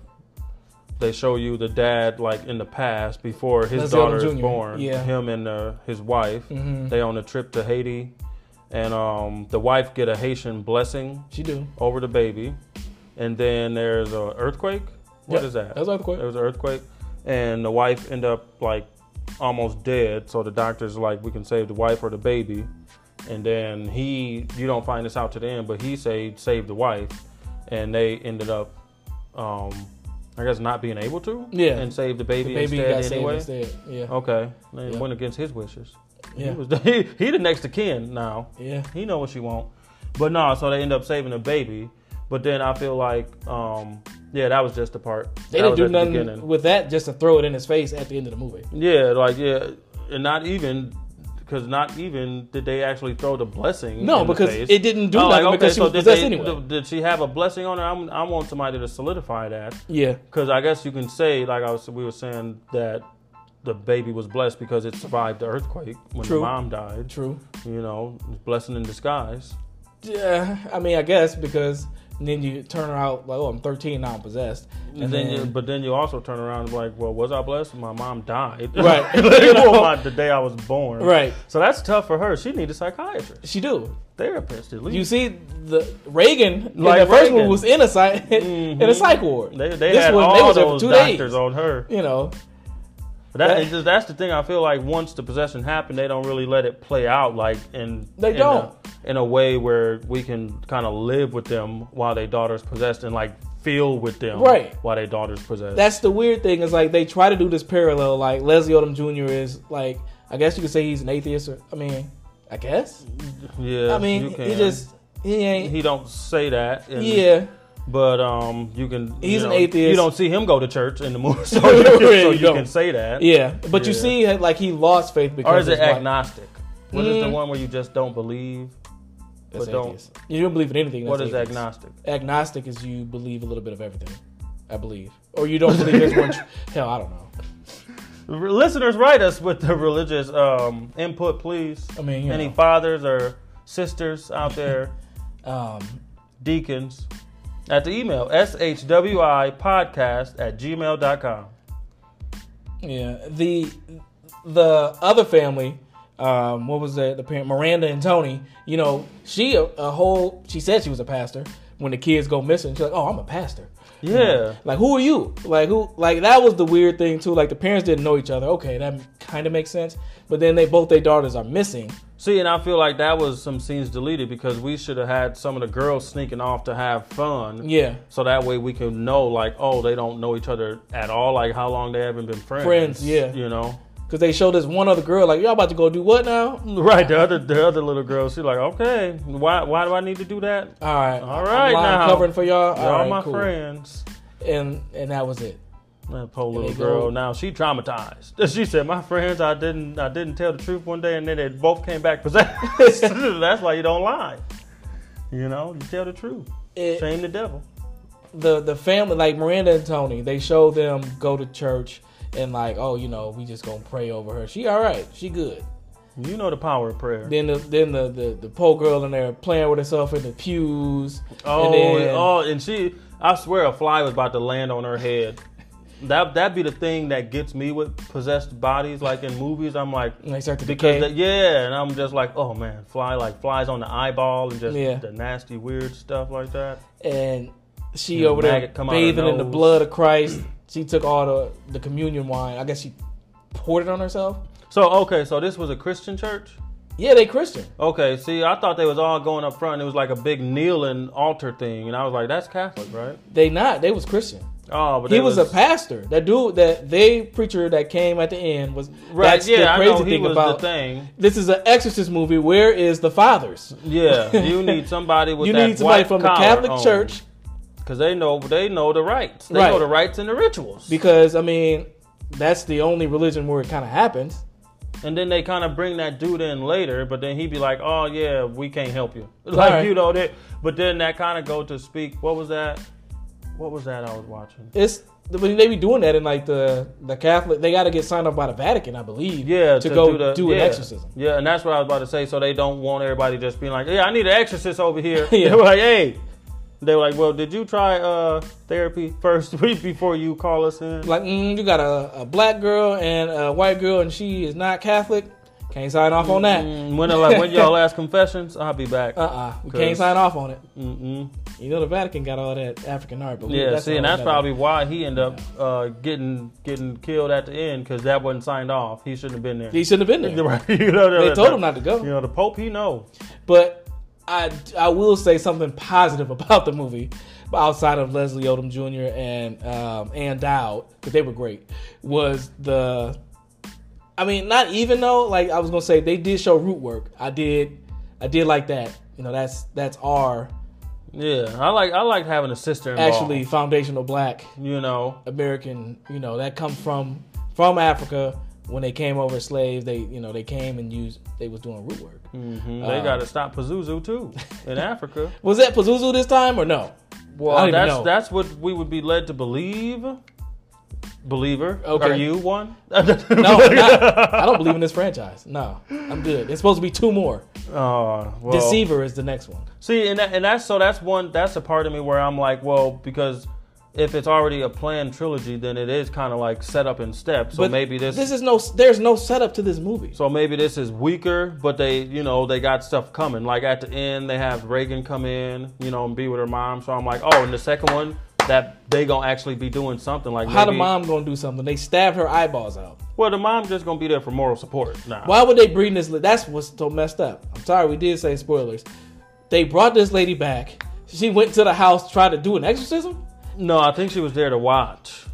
Speaker 2: they show you the dad like in the past before his
Speaker 1: Leslie Odom
Speaker 2: daughter is
Speaker 1: Jr.,
Speaker 2: born.
Speaker 1: yeah.
Speaker 2: Him and uh, his wife.
Speaker 1: Mhm.
Speaker 2: They on a trip to Haiti, and um, the wife get a Haitian blessing
Speaker 1: she do
Speaker 2: over the baby, and then there's a earthquake. What
Speaker 1: Yeah,
Speaker 2: is that?
Speaker 1: that was earthquake.
Speaker 2: There was an earthquake, and the wife end up like almost dead. So the doctors like, we can save the wife or the baby, and then he, you don't find this out to the end, but he say save the wife, and they ended up, um, I guess, not being able to.
Speaker 1: Yeah.
Speaker 2: And save the baby,
Speaker 1: The baby
Speaker 2: instead
Speaker 1: got saved
Speaker 2: anyway.
Speaker 1: instead. Yeah.
Speaker 2: Okay. They
Speaker 1: Yeah.
Speaker 2: went against his wishes.
Speaker 1: yeah.
Speaker 2: He was *laughs* he, he the next to kin now.
Speaker 1: yeah.
Speaker 2: He know what she want. But no, so they end up saving the baby. But then I feel like, um, yeah, that was just the part.
Speaker 1: They
Speaker 2: that
Speaker 1: didn't
Speaker 2: was
Speaker 1: do
Speaker 2: at the
Speaker 1: nothing
Speaker 2: beginning.
Speaker 1: with that just to throw it in his face at the end of the movie.
Speaker 2: Yeah, like yeah, and not even because not even did they actually throw the blessing.
Speaker 1: No,
Speaker 2: in the
Speaker 1: because
Speaker 2: face.
Speaker 1: it didn't do
Speaker 2: Oh,
Speaker 1: nothing because she was
Speaker 2: did
Speaker 1: possessed
Speaker 2: they-
Speaker 1: anyway.
Speaker 2: th- Did she have a blessing on her? I'm, I want somebody to solidify that
Speaker 1: yeah.
Speaker 2: because I guess you can say like I was we were saying that the baby was blessed because it survived the earthquake when
Speaker 1: True.
Speaker 2: the mom died.
Speaker 1: True.
Speaker 2: You know, blessing in disguise.
Speaker 1: Yeah. I mean, I guess because then you turn her out like, oh, I'm 13 now, I'm possessed.
Speaker 2: And then, you, but then you also turn around and be like, well, was I blessed? My mom died.
Speaker 1: Right.
Speaker 2: *laughs*
Speaker 1: *laughs*
Speaker 2: Like, you know, my- the day I was born.
Speaker 1: right.
Speaker 2: So that's tough for her. She need a psychiatrist,
Speaker 1: She do.
Speaker 2: therapist at least.
Speaker 1: You see, the Reagan
Speaker 2: Like
Speaker 1: in the first
Speaker 2: Reagan.
Speaker 1: one was in a psych *laughs* in a
Speaker 2: Mhm.
Speaker 1: psych ward.
Speaker 2: They, they
Speaker 1: This
Speaker 2: had
Speaker 1: one, they
Speaker 2: all
Speaker 1: was there for
Speaker 2: those
Speaker 1: two
Speaker 2: doctors
Speaker 1: days.
Speaker 2: on her.
Speaker 1: You know.
Speaker 2: But that,
Speaker 1: That-
Speaker 2: it's just, that's the thing. I feel like once the possession happened, they don't really let it play out like in
Speaker 1: They
Speaker 2: in
Speaker 1: don't.
Speaker 2: a, in a way where we can kind of live with them while their daughter's possessed and like feel with them
Speaker 1: Right.
Speaker 2: while their daughter's possessed.
Speaker 1: That's the weird thing is like they try to do this parallel. Like Leslie Odom Jr. is like I guess you could say he's an atheist. Or I mean, I guess.
Speaker 2: yeah,
Speaker 1: I mean,
Speaker 2: you
Speaker 1: he
Speaker 2: can.
Speaker 1: just he ain't.
Speaker 2: he don't say that. and-
Speaker 1: yeah,
Speaker 2: but um, you can. you
Speaker 1: He's an
Speaker 2: know,
Speaker 1: atheist.
Speaker 2: You don't see him go to church in the
Speaker 1: *laughs*
Speaker 2: movie, *laughs* so
Speaker 1: Really
Speaker 2: you, so you
Speaker 1: don't.
Speaker 2: can say that.
Speaker 1: yeah. But you
Speaker 2: Yeah.
Speaker 1: see, like he lost faith because
Speaker 2: Or is it
Speaker 1: his wife-
Speaker 2: agnostic? What is the
Speaker 1: Mm.
Speaker 2: one where you just don't believe?
Speaker 1: That's
Speaker 2: but don't-
Speaker 1: atheist. You don't believe in anything.
Speaker 2: What
Speaker 1: that's
Speaker 2: is
Speaker 1: atheist.
Speaker 2: agnostic?
Speaker 1: Agnostic is you believe a little bit of everything, I believe, or you don't believe
Speaker 2: *laughs*
Speaker 1: there's one. tr- Hell, I don't know.
Speaker 2: R- Listeners, write us with the religious um, input, please.
Speaker 1: I mean, you
Speaker 2: Any
Speaker 1: know.
Speaker 2: fathers or sisters
Speaker 1: *laughs*
Speaker 2: out there,
Speaker 1: Um,
Speaker 2: deacons, at the email shwipodcast at gmail.com.
Speaker 1: Yeah. The the other family, um, what was that? The parent Miranda and Tony. You know, she a, a whole. She said she was a pastor. When the kids go missing, she's like, "Oh, I'm a pastor."
Speaker 2: Yeah.
Speaker 1: Like, who are you? Like, who? Like that was the weird thing too. Like the parents didn't know each other. Okay, that kind of makes sense. But then they both their daughters are missing.
Speaker 2: See, and I feel like that was some scenes deleted because we should have had some of the girls sneaking off to have fun.
Speaker 1: Yeah.
Speaker 2: So that way we can know, like, oh, they don't know each other at all. Like, how long they haven't been friends.
Speaker 1: Friends, yeah.
Speaker 2: You know? *laughs*
Speaker 1: Because they showed this one other girl, like, y'all about to go do what now? Mm,
Speaker 2: Right. The other, the other little girl, she's like, okay, why, why do I need to do that?
Speaker 1: All right.
Speaker 2: All
Speaker 1: I'm
Speaker 2: right
Speaker 1: lying,
Speaker 2: now.
Speaker 1: covering for y'all.
Speaker 2: They're all
Speaker 1: All right,
Speaker 2: my
Speaker 1: cool.
Speaker 2: friends.
Speaker 1: And, and that was it.
Speaker 2: That poor
Speaker 1: And
Speaker 2: little
Speaker 1: they go-
Speaker 2: girl. Now she traumatized. *laughs* She said, "My friends, I didn't, I didn't tell the truth one day, and then they both came back possessed. *laughs* That's why you don't lie. You know, you tell the truth.
Speaker 1: It-
Speaker 2: Shame the devil.
Speaker 1: the the family like Miranda and Tony, they show them go to church and like, oh, you know, we just gonna pray over her. She all right, she good.
Speaker 2: You know the power of prayer.
Speaker 1: Then the then the the, the poor girl in there playing with herself in the pews.
Speaker 2: oh,
Speaker 1: and then,
Speaker 2: oh, and she, I swear, a fly was about to land on her head. That that be the thing that gets me with possessed bodies, like in movies. I'm like,
Speaker 1: and they start to
Speaker 2: Because
Speaker 1: decay.
Speaker 2: that- yeah, and I'm just like, oh man, fly like flies on the eyeball and just
Speaker 1: Yeah.
Speaker 2: the nasty weird stuff like that.
Speaker 1: and she
Speaker 2: And the
Speaker 1: over there
Speaker 2: maggot come out her
Speaker 1: bathing in the
Speaker 2: nose.
Speaker 1: blood of Christ. *clears throat* she took all the the communion wine. I guess she poured it on herself.
Speaker 2: So okay, so this was a Christian church.
Speaker 1: Yeah, they Christian.
Speaker 2: Okay, see, I thought they was all going up front. and It was like a big kneeling altar thing, and I was like, that's Catholic, right?
Speaker 1: They not. They was Christian.
Speaker 2: Oh, but
Speaker 1: he
Speaker 2: they
Speaker 1: was, a pastor. That dude that they preacher that came at the end was
Speaker 2: right.
Speaker 1: That's
Speaker 2: yeah,
Speaker 1: the crazy
Speaker 2: I know he
Speaker 1: thing
Speaker 2: was
Speaker 1: about
Speaker 2: the thing.
Speaker 1: this is an exorcist movie. Where is the fathers? *laughs*
Speaker 2: Yeah, you need somebody with
Speaker 1: you
Speaker 2: that
Speaker 1: need somebody
Speaker 2: white
Speaker 1: from the
Speaker 2: collar
Speaker 1: Catholic
Speaker 2: on,
Speaker 1: Church
Speaker 2: because they know they know the rights. They
Speaker 1: Right.
Speaker 2: know the rights and the rituals.
Speaker 1: because I mean, that's the only religion where it kind of happens.
Speaker 2: And then they kind of bring that dude in later, but then he be like, "Oh yeah, we can't help you." *laughs* Like
Speaker 1: Right.
Speaker 2: you know that. But then that kind of go to speak. What was that? What was that I was watching?
Speaker 1: It's when they be doing that in like the the Catholic. They got to get signed up by the Vatican, I believe.
Speaker 2: Yeah,
Speaker 1: to, go do,
Speaker 2: do, the,
Speaker 1: an
Speaker 2: yeah.
Speaker 1: exorcism.
Speaker 2: Yeah, and that's what I was about to say. So they don't want everybody just being like, "Yeah, I need an exorcist
Speaker 1: *laughs*
Speaker 2: over here."
Speaker 1: Yeah.
Speaker 2: They were like, "Hey," they were like, "Well, did you try uh, therapy first *laughs* before you call us in?"
Speaker 1: Like mm, you got a, a black girl and a white girl, and she is not Catholic. Can't sign off on that.
Speaker 2: Mm, when
Speaker 1: *laughs*
Speaker 2: like when y'all last confessions, I'll be back.
Speaker 1: Uh uh we can't
Speaker 2: Cause-
Speaker 1: sign off on it.
Speaker 2: Mm-mm.
Speaker 1: You know the Vatican got all that African art, but we-
Speaker 2: Yeah, see, and
Speaker 1: all
Speaker 2: that's
Speaker 1: another-
Speaker 2: probably why he ended up uh, getting getting killed at the end because that wasn't signed off. He shouldn't have been there. *laughs*
Speaker 1: he shouldn't have been there.
Speaker 2: Right, *laughs* you know,
Speaker 1: They told him not to go.
Speaker 2: You know, the Pope, he know.
Speaker 1: But I I will say something positive *laughs* about the movie. outside of Leslie Odom Jr. and um, Ann Dowd, because they were great, was the. I mean, not even though, like I was gonna say, they did show root work. I did, I did like that. You know, that's that's our
Speaker 2: Yeah, I like I like having a sister involved.
Speaker 1: actually foundational black
Speaker 2: you know,
Speaker 1: American, you know, that come from from Africa when they came over as slaves. They you know they came and used they was doing root work.
Speaker 2: mhm, they
Speaker 1: Um,
Speaker 2: got to stop Pazuzu too
Speaker 1: *laughs*
Speaker 2: in Africa.
Speaker 1: Was that Pazuzu this time or no? I
Speaker 2: Well,
Speaker 1: don't even
Speaker 2: that's
Speaker 1: know.
Speaker 2: that's what we would be led to believe. Believer,
Speaker 1: Okay.
Speaker 2: are you one? *laughs*
Speaker 1: *laughs* No, I'm not. I don't believe in this franchise. No, I'm good. It's supposed to be two more.
Speaker 2: Oh, well,
Speaker 1: Deceiver is the next one.
Speaker 2: See, and that, and that's so that's one that's a part of me where I'm like, well, because if it's already a planned trilogy, then it is kind of like set up in steps. So maybe this,
Speaker 1: this is no. There's no setup to this movie.
Speaker 2: so maybe this is weaker, but they, you know, they got stuff coming. Like at the end, they have Reagan come in, you know, and be with her mom. So I'm like, oh, and the second one that they gonna actually be doing something like
Speaker 1: How the
Speaker 2: maybe-
Speaker 1: mom gonna do something? They stabbed her eyeballs out.
Speaker 2: Well, the mom just gonna be there for moral support. Nah.
Speaker 1: Why would they bring this? Li- That's what's so messed up. I'm sorry, we did say spoilers. They brought this lady back. She went to the house, tried to do an exorcism.
Speaker 2: No, I think she was there to watch.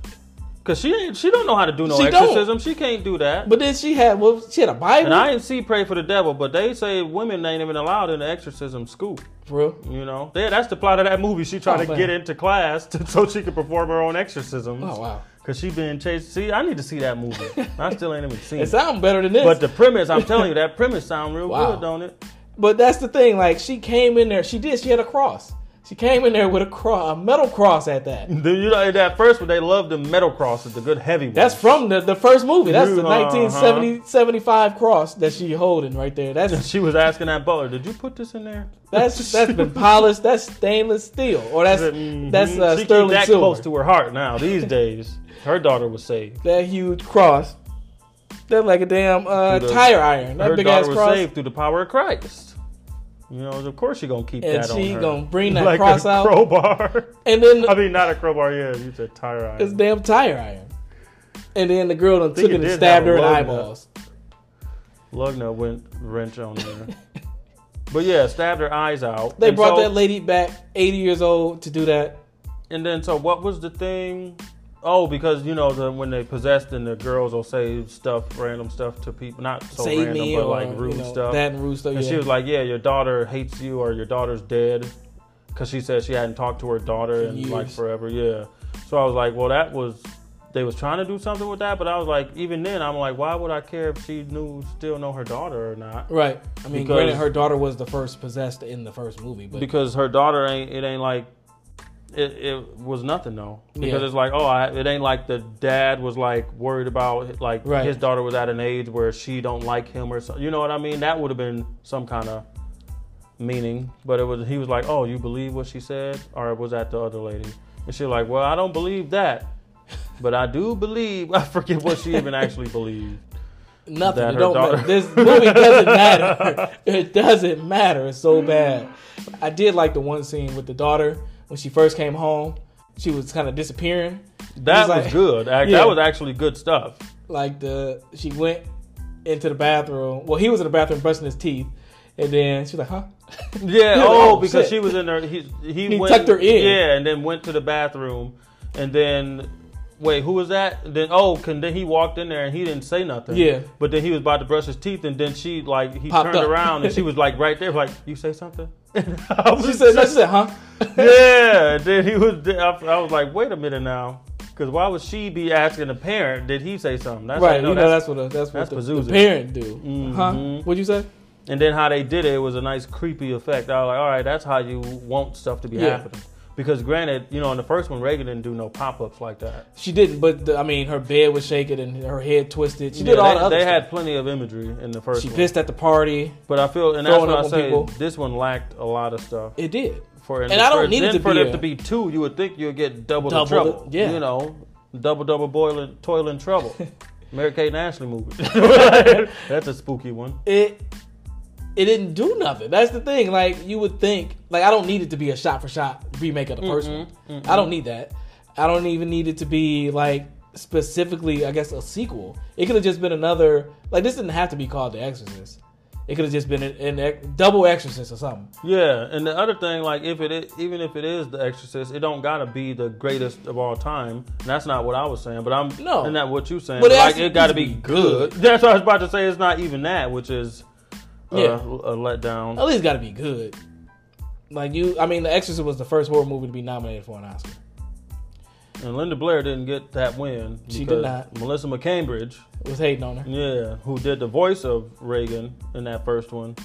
Speaker 2: Cause she ain't- she don't know how to do no
Speaker 1: She don't.
Speaker 2: exorcism. She can't do that.
Speaker 1: But then she had well, she had a Bible.
Speaker 2: And I didn't see Pray for the Devil, but they say women ain't even allowed in the exorcism school.
Speaker 1: For real?
Speaker 2: You know, yeah, that's the plot of that movie. She tried
Speaker 1: Oh,
Speaker 2: to
Speaker 1: man.
Speaker 2: get into class to, so she could perform her own exorcisms.
Speaker 1: Oh wow,
Speaker 2: Cause she been chased. See, I need to see that movie. I still ain't even seen
Speaker 1: it
Speaker 2: it.
Speaker 1: sounds better than this.
Speaker 2: But the premise, I'm telling you, that premise sound real
Speaker 1: Wow.
Speaker 2: good, don't it?
Speaker 1: But that's the thing. Like she came in there. She did. She had a cross. She came in there with a cross, a metal cross at that.
Speaker 2: Do you know that first one they love the metal crosses, the good heavy ones.
Speaker 1: That's from the, the first movie. That's the
Speaker 2: Uh-huh.
Speaker 1: 1970 75 cross that she holding right there. That's
Speaker 2: she was asking that butler, "Did you put this in there?"
Speaker 1: that's that's been polished. That's stainless steel, or that's
Speaker 2: Mhm.
Speaker 1: that's uh,
Speaker 2: she keep
Speaker 1: sterling
Speaker 2: that
Speaker 1: silver.
Speaker 2: close to her heart now these days. Her daughter was saved.
Speaker 1: that huge cross. That's like a damn uh,
Speaker 2: Through the-
Speaker 1: tire iron. That
Speaker 2: her
Speaker 1: big
Speaker 2: daughter
Speaker 1: ass
Speaker 2: was
Speaker 1: cross.
Speaker 2: saved through the power of Christ. You know, of course she gonna keep
Speaker 1: And
Speaker 2: that on
Speaker 1: she
Speaker 2: her.
Speaker 1: gonna bring that
Speaker 2: like
Speaker 1: cross
Speaker 2: a
Speaker 1: out.
Speaker 2: crowbar. *laughs*
Speaker 1: And then
Speaker 2: I
Speaker 1: the,
Speaker 2: mean, not a crowbar. Yeah, you said tire iron.
Speaker 1: this damn tire iron. And then the girl done
Speaker 2: think
Speaker 1: took it
Speaker 2: it
Speaker 1: and
Speaker 2: did
Speaker 1: stabbed
Speaker 2: have
Speaker 1: her
Speaker 2: a
Speaker 1: in the
Speaker 2: logo.
Speaker 1: eyeballs.
Speaker 2: Lugna went wrench on there. *laughs* but yeah, stabbed her eyes out.
Speaker 1: They
Speaker 2: And
Speaker 1: brought
Speaker 2: so-
Speaker 1: that lady back, 80 years old, to do that.
Speaker 2: And then, so what was the thing? Oh, because you know the, when they possessed and the girls will say stuff, random stuff to people, not so
Speaker 1: Save
Speaker 2: random,
Speaker 1: me
Speaker 2: but
Speaker 1: or
Speaker 2: like
Speaker 1: you
Speaker 2: rude
Speaker 1: know,
Speaker 2: stuff.
Speaker 1: That and rude stuff.
Speaker 2: And
Speaker 1: yeah.
Speaker 2: she was like, "Yeah, your daughter hates you, or your daughter's dead," because she said she hadn't talked to her daughter
Speaker 1: For
Speaker 2: in like
Speaker 1: years.
Speaker 2: forever. Yeah. So I was like, "Well, that was they was trying to do something with that," but I was like, even then, I'm like, "Why would I care if she knew still know her daughter or not?"
Speaker 1: Right. I mean,
Speaker 2: Because-
Speaker 1: granted, her daughter was the first possessed in the first movie, but
Speaker 2: Because her daughter ain't it ain't like it, it was nothing though. Because
Speaker 1: Yeah.
Speaker 2: it's like, oh, I, it ain't like the dad was like worried about like
Speaker 1: Right.
Speaker 2: his daughter was at an age where she don't like him or something. You know what I mean? That would have been some kind of meaning, but it was he was like, "Oh, you believe what she said?" Or was that the other lady? And she like, "Well, I don't believe that, but I do believe." *laughs* I forget what she even actually believed.
Speaker 1: nothing.
Speaker 2: that
Speaker 1: It
Speaker 2: her
Speaker 1: don't matter.
Speaker 2: daughter-
Speaker 1: This movie
Speaker 2: *laughs*
Speaker 1: doesn't matter. it doesn't matter. It's so bad. I did like the one scene with the daughter when she first came home. She was kind of disappearing.
Speaker 2: That was,
Speaker 1: It's like-
Speaker 2: good. Ac-
Speaker 1: Yeah.
Speaker 2: That was actually good stuff.
Speaker 1: Like the she went into the bathroom. Well, he was in the bathroom brushing his teeth, and then she was like, "Huh."
Speaker 2: Yeah.
Speaker 1: Yeah,
Speaker 2: oh,
Speaker 1: oh,
Speaker 2: because
Speaker 1: shit.
Speaker 2: she was in there. He he,
Speaker 1: He
Speaker 2: went,
Speaker 1: tucked her in.
Speaker 2: Yeah, and then went to the bathroom, and then wait, who was that? Then oh, can then he walked in there and he didn't say nothing.
Speaker 1: Yeah.
Speaker 2: But then he was about to brush his teeth, and then she like he
Speaker 1: Popped
Speaker 2: turned
Speaker 1: up.
Speaker 2: around and she was like right there, like you say something. *laughs* *laughs* I
Speaker 1: She
Speaker 2: was
Speaker 1: said, no,
Speaker 2: just-
Speaker 1: "She said, huh."
Speaker 2: *laughs* yeah. Then he was. I, I was like, wait a minute now, because why would she be asking the parent? Did he say something? That's
Speaker 1: right.
Speaker 2: how- no,
Speaker 1: you know
Speaker 2: that's-
Speaker 1: that's, what a, that's what
Speaker 2: that's
Speaker 1: the, the
Speaker 2: Pazuzu.
Speaker 1: parent do. Huh?
Speaker 2: Mhm.
Speaker 1: What'd you say?
Speaker 2: And then how they did it, it was a nice creepy effect. I was like, all right, that's how you want stuff to be
Speaker 1: Yeah.
Speaker 2: happening. Because granted, you know, in the first one, Reagan didn't do no pop ups like that.
Speaker 1: She didn't, but the, I mean, her bed was shaking and her head twisted. She did
Speaker 2: Yeah,
Speaker 1: all
Speaker 2: they,
Speaker 1: the other
Speaker 2: They
Speaker 1: stuff.
Speaker 2: had plenty of imagery in the first
Speaker 1: she
Speaker 2: one.
Speaker 1: pissed at the party.
Speaker 2: but I feel, and that's
Speaker 1: throwing
Speaker 2: what
Speaker 1: up
Speaker 2: I
Speaker 1: on
Speaker 2: say,
Speaker 1: people.
Speaker 2: this one lacked a lot of stuff.
Speaker 1: It
Speaker 2: *laughs*
Speaker 1: did.
Speaker 2: For
Speaker 1: And I don't
Speaker 2: for-
Speaker 1: need it
Speaker 2: then
Speaker 1: to
Speaker 2: for
Speaker 1: be
Speaker 2: it
Speaker 1: a-
Speaker 2: to be two, you would think you'll get double,
Speaker 1: Double
Speaker 2: the trouble.
Speaker 1: the- yeah.
Speaker 2: You know, double, double, boiling, toil
Speaker 1: *laughs*
Speaker 2: and trouble. Mary Kate and Ashley movie. that's a spooky one.
Speaker 1: It it didn't do nothing. That's the thing. Like you would think, like I don't need it to be a shot for shot remake of the first
Speaker 2: Mm-hmm,
Speaker 1: one. I don't need that. I don't even need it to be like specifically, I guess, a sequel. It could have just been another. Like this didn't have to be called The Exorcist. It could have just been an, an ex- double exorcist or something.
Speaker 2: Yeah, and the other thing, like if it is, even if it is The Exorcist, it don't gotta be the greatest of all time. And that's not what I was saying, but I'm
Speaker 1: No.
Speaker 2: and not what you saying.
Speaker 1: But
Speaker 2: But
Speaker 1: it
Speaker 2: like
Speaker 1: has-
Speaker 2: it gotta be good. *laughs* That's what I was about to say. It's not even that, which is uh,
Speaker 1: Yeah.
Speaker 2: a letdown.
Speaker 1: At least got to be good. Like you, I mean, The Exorcist was the first horror movie to be nominated for an Oscar.
Speaker 2: And Linda Blair didn't get that win.
Speaker 1: She did
Speaker 2: because
Speaker 1: not.
Speaker 2: Melissa McCambridge,
Speaker 1: Was hating on her.
Speaker 2: *laughs* yeah, who did the voice of Reagan in that first one,